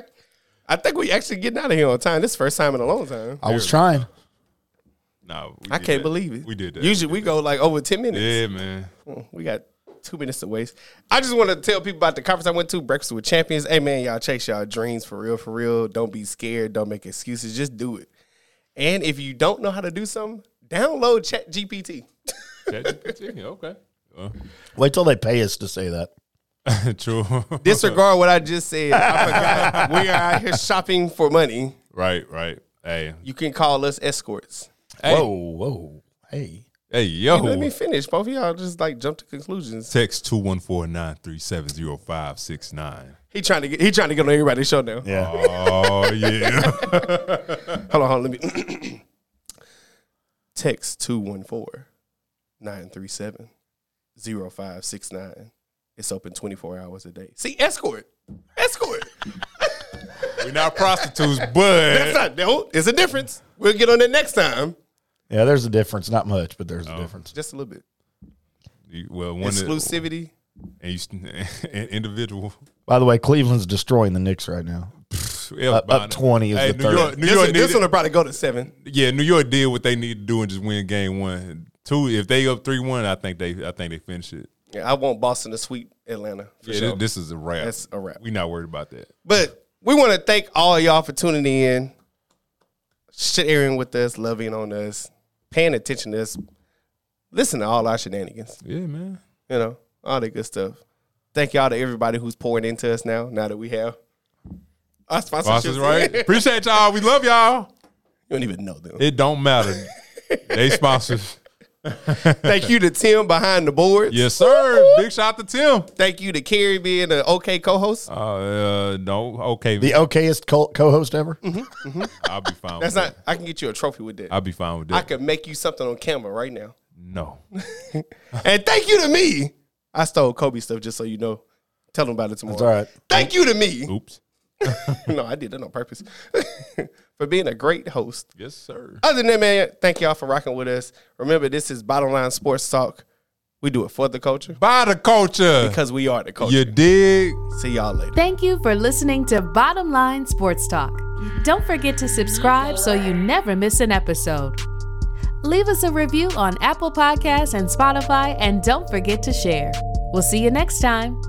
S7: I think we actually getting out of here on time. This is the first time in a long time.
S8: I was trying.
S5: Nah, we
S7: I
S5: did
S7: can't
S5: that.
S7: believe it.
S5: We did that.
S7: Usually we go like over 10 minutes.
S5: Yeah, man.
S7: We got two minutes to waste. I just want to tell people about the conference I went to, Breakfast with Champions. Hey, man, y'all chase y'all dreams for real, for real. Don't be scared. Don't make excuses. Just do it. And if you don't know how to do something, download ChatGPT.
S5: ChatGPT, okay. Well,
S8: Wait till they pay us to say that.
S5: true.
S7: Disregard what I just said. I forgot. we are out here shopping for money.
S5: right, right. Hey,
S7: You can call us escorts.
S5: Hey.
S8: Whoa, whoa. Hey.
S5: hey, yo.
S7: Let me finish. Both of y'all just like jump to conclusions.
S5: Text 214-937-0569.
S7: He trying to get he trying to get on everybody's show now.
S8: Yeah.
S5: Oh, yeah.
S7: Hold on, hold on. Let me text 214 937 0569. It's open 24 hours a day. See, escort. Escort.
S5: We're not prostitutes, but
S7: That's not, no, it's a difference. We'll get on it next time.
S8: Yeah, there's a difference. Not much,
S7: Oh.
S8: but there's a difference.
S7: Just a little bit.
S5: You- well, one of-
S7: Exclusivity.
S5: and you, st- an individual.
S8: By the way, Cleveland's destroying the Knicks right now. Up, up 20 is
S5: Hey,
S8: the
S5: New
S8: third.
S5: York, Uh, New
S7: This,
S5: York
S7: one, this
S5: needed-
S7: one will probably go to seven.
S5: yeah, New York did what they need to do and just win game one. Two, if they up three one, I think they I think they finish it.
S7: Yeah, I want Boston to sweep Atlanta. For
S5: Yeah,
S7: sure.
S5: thi- this is a wrap.
S7: That's a wrap.
S5: We not worried about that.
S7: But we want to thank all y'all for tuning in, sharing with us, loving on us, paying attention to us, listen to all our shenanigans,
S5: Yeah, man.
S7: you know, all that good stuff. Thank y'all to everybody who's pouring into us now. Now that we have our
S5: Bosses,
S7: sponsorships,
S5: right? Appreciate y'all. We love y'all.
S7: You don't even know them.
S5: It don't matter. they sponsors.
S7: Thank you to Tim behind the boards.
S5: Yes, sir. Big shout to Tim.
S7: Thank you to Carrie being an okay co-host.
S5: Uh, uh, no, okay.
S8: The okayest co- co-host ever.
S5: I'll be fine.
S7: That's
S5: with
S7: not. I can get you a trophy with that.
S5: I'll be fine with that.
S7: I could make you something on camera right now.
S5: no.
S7: And thank you to me. I stole Kobe stuff just so you know. Tell them about it tomorrow.
S8: That's all right.
S7: Thank you to me.
S5: Oops.
S7: no, I did that on purpose for being a great host.
S5: Yes, sir.
S7: Other than that, man, thank y'all for rocking with us. Remember, this is Bottom Line Sports Talk. We do it for the culture
S5: By the culture.
S7: because we are the culture.
S5: You dig?
S7: See y'all later.
S6: Thank you for listening to Bottom Line Sports Talk. Don't forget to subscribe so you never miss an episode. Leave us a review on Apple Podcasts and Spotify, and don't forget to share. We'll see you next time.